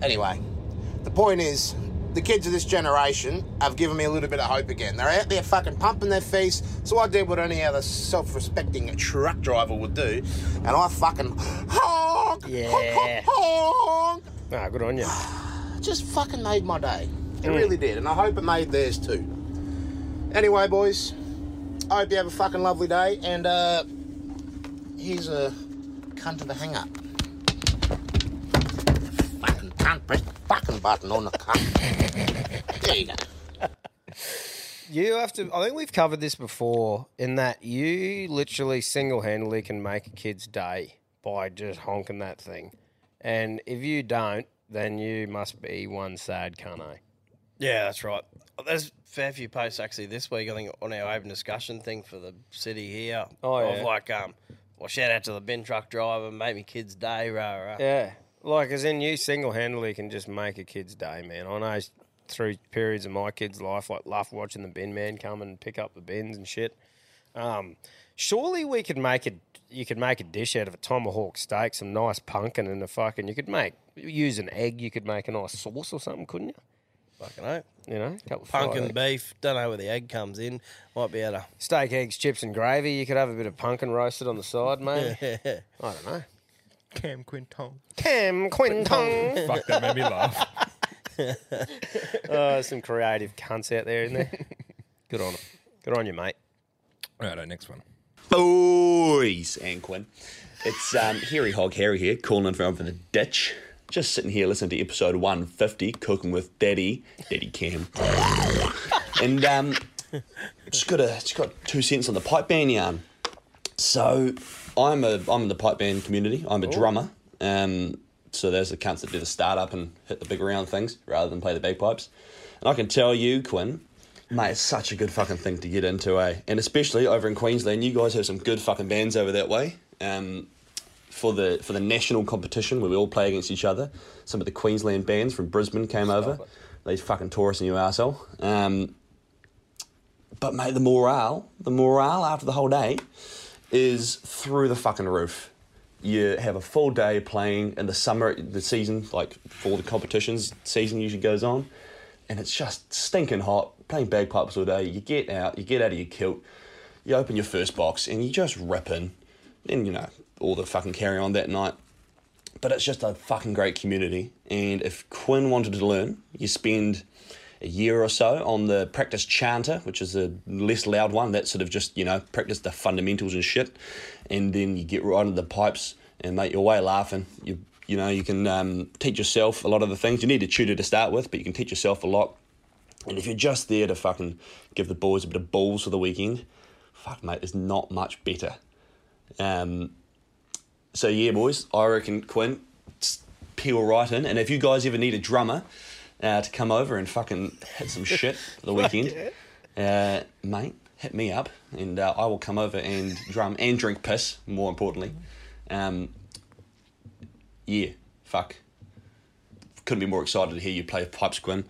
anyway, the point is, the kids of this generation have given me a little bit of hope again. They're out there fucking pumping their face, so I did what any other self-respecting truck driver would do, and I fucking honk, honk, honk, honk.
Ah, good on you.
Just fucking made my day. It really did, and I hope it made theirs too. Anyway, boys, I hope you have a fucking lovely day, and uh, here's a cunt of a hang up. Fucking cunt, press the fucking button on the cunt. there you go.
You have to. I think we've covered this before in that you literally single handedly can make a kid's day by just honking that thing. And if you don't, then you must be one sad cunt. eh?
Yeah, that's right. There's a fair few posts actually this week, I think, on our open discussion thing for the city here.
Oh, yeah.
Of like, um, well, shout out to the bin truck driver, made me kids' day, rah, rah.
Yeah. Like, as in, you single handedly can just make a kid's day, man. I know through periods of my kid's life, like, love watching the bin man come and pick up the bins and shit. Um, surely we could make a you could make a dish out of a tomahawk steak, some nice pumpkin, and a fucking. You could make use an egg. You could make a nice sauce or something, couldn't you?
Fucking know.
You know, a couple of
Pumpkin
fried-
beef. Don't know where the egg comes in. Might be able
steak, eggs, chips, and gravy. You could have a bit of pumpkin roasted on the side, mate.
to.
I don't know.
Cam Quinton.
Cam Quinton.
Fuck, that made me laugh.
oh, some creative cunts out there, isn't there? Good on 'em. Good on you, mate.
Righto, next one.
Boys and Quinn. It's um, Harry Hog Harry here, calling in from over the ditch. Just sitting here listening to episode 150, Cooking with Daddy, Daddy Cam. and um, just got a, just got two cents on the pipe band yarn. So I'm a I'm in the pipe band community. I'm a drummer. Um, so there's the cunts that do the start up and hit the big round things rather than play the bagpipes. And I can tell you, Quinn, mate, it's such a good fucking thing to get into, eh? And especially over in Queensland, you guys have some good fucking bands over that way. Um, for the for the national competition where we all play against each other, some of the Queensland bands from Brisbane came over. These fucking tourists in your arsehole. Um, but mate, the morale, the morale after the whole day is through the fucking roof. You have a full day playing in the summer, the season, like for the competitions, season usually goes on, and it's just stinking hot. Playing bagpipes all day, you get out, you get out of your kilt, you open your first box, and you just rip in. Then you know all the fucking carry on that night. But it's just a fucking great community, and if Quinn wanted to learn, you spend a year or so on the practice chanter, which is a less loud one. That sort of just you know practice the fundamentals and shit, and then you get right into the pipes and make your way laughing. You you know you can um, teach yourself a lot of the things. You need a tutor to start with, but you can teach yourself a lot. And if you're just there to fucking give the boys a bit of balls for the weekend, fuck mate, there's not much better. Um, so yeah, boys, I reckon Quinn, s- peel right in. And if you guys ever need a drummer uh, to come over and fucking hit some shit for the weekend, uh, mate, hit me up and uh, I will come over and drum and drink piss. More importantly, um, yeah, fuck. Couldn't be more excited to hear you play pipes, Quinn.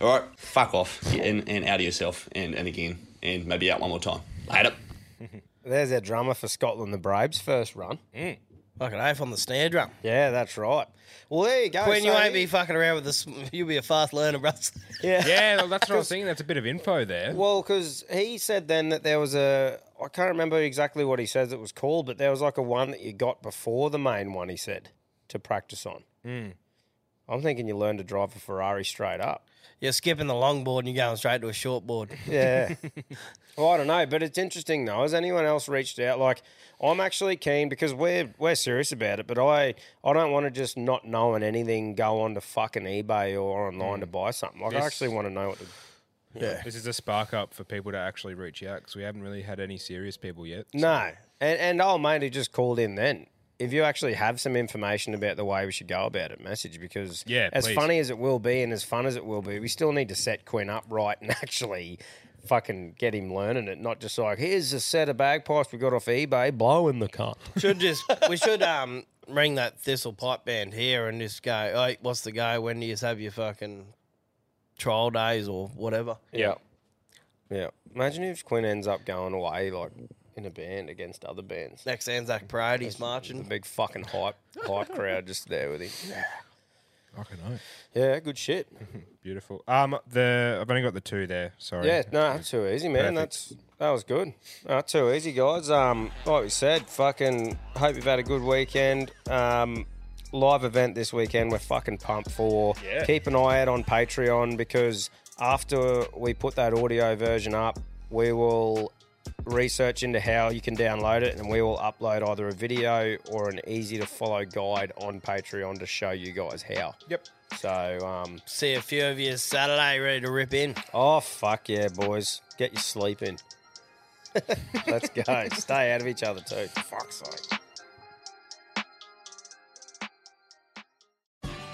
All right, fuck off Get in and out of yourself and in again and maybe out one more time. Later.
There's our drummer for Scotland, the Braves' first run.
Fucking oaf on the snare drum.
Yeah, that's right. Well, there you go.
When you
So-
ain't be fucking around with this, you'll be a fast learner, bruv.
Yeah.
Yeah, well, that's what I was thinking. That's a bit of info there.
Well, because he said then that there was a, I can't remember exactly what he says it was called, but there was like a one that you got before the main one, he said, to practice on. I'm thinking you learn to drive a Ferrari straight up.
You're skipping the longboard and you're going straight to a shortboard.
Yeah. well, Oh, I don't know, but it's interesting though. Has anyone else reached out? Like, I'm actually keen because we're we're serious about it, but I I don't want to just not knowing anything go on to fucking eBay or online to buy something. Like, I
This-
actually want to know what. To,
This is a spark up for people to actually reach out because we haven't really had any serious people yet. So
no, and and old mate who just called in then. If you actually have some information about the way we should go about it, message because
Yeah,
as
please.
funny as it will be and as fun as it will be, we still need to set Quinn up right and actually fucking get him learning it, not just like here's a set of bagpipes we got off eBay, blowing the cup.
Should just we should um ring that thistle pipe band here and just go. Hey, what's the go? When do you have your fucking trial days or whatever?
Yeah. Yeah. Imagine if Quinn ends up going away like in a band against other bands.
Next Anzac Parade, he's
The
marching.
big fucking hype hype crowd just there with him.
Fucking hell.
Yeah, good shit.
Beautiful. Um, the I've only got the two there. Sorry.
Yeah, no, that's too easy, man.
Perfect.
That's that was good. No, too easy, guys. Um, like we said, fucking hope you've had a good weekend. Um, live event this weekend. We're fucking pumped for.
Yeah.
Keep an eye out on Patreon because after we put that audio version up, we will research into how you can download it and we will upload either a video or an easy to follow guide on Patreon to show you guys how.
Yep.
So um
See a few of you Saturday, ready to rip in.
Oh fuck yeah, boys! Get your sleep in. Let's go. Stay out of each other too. Fuck's sake.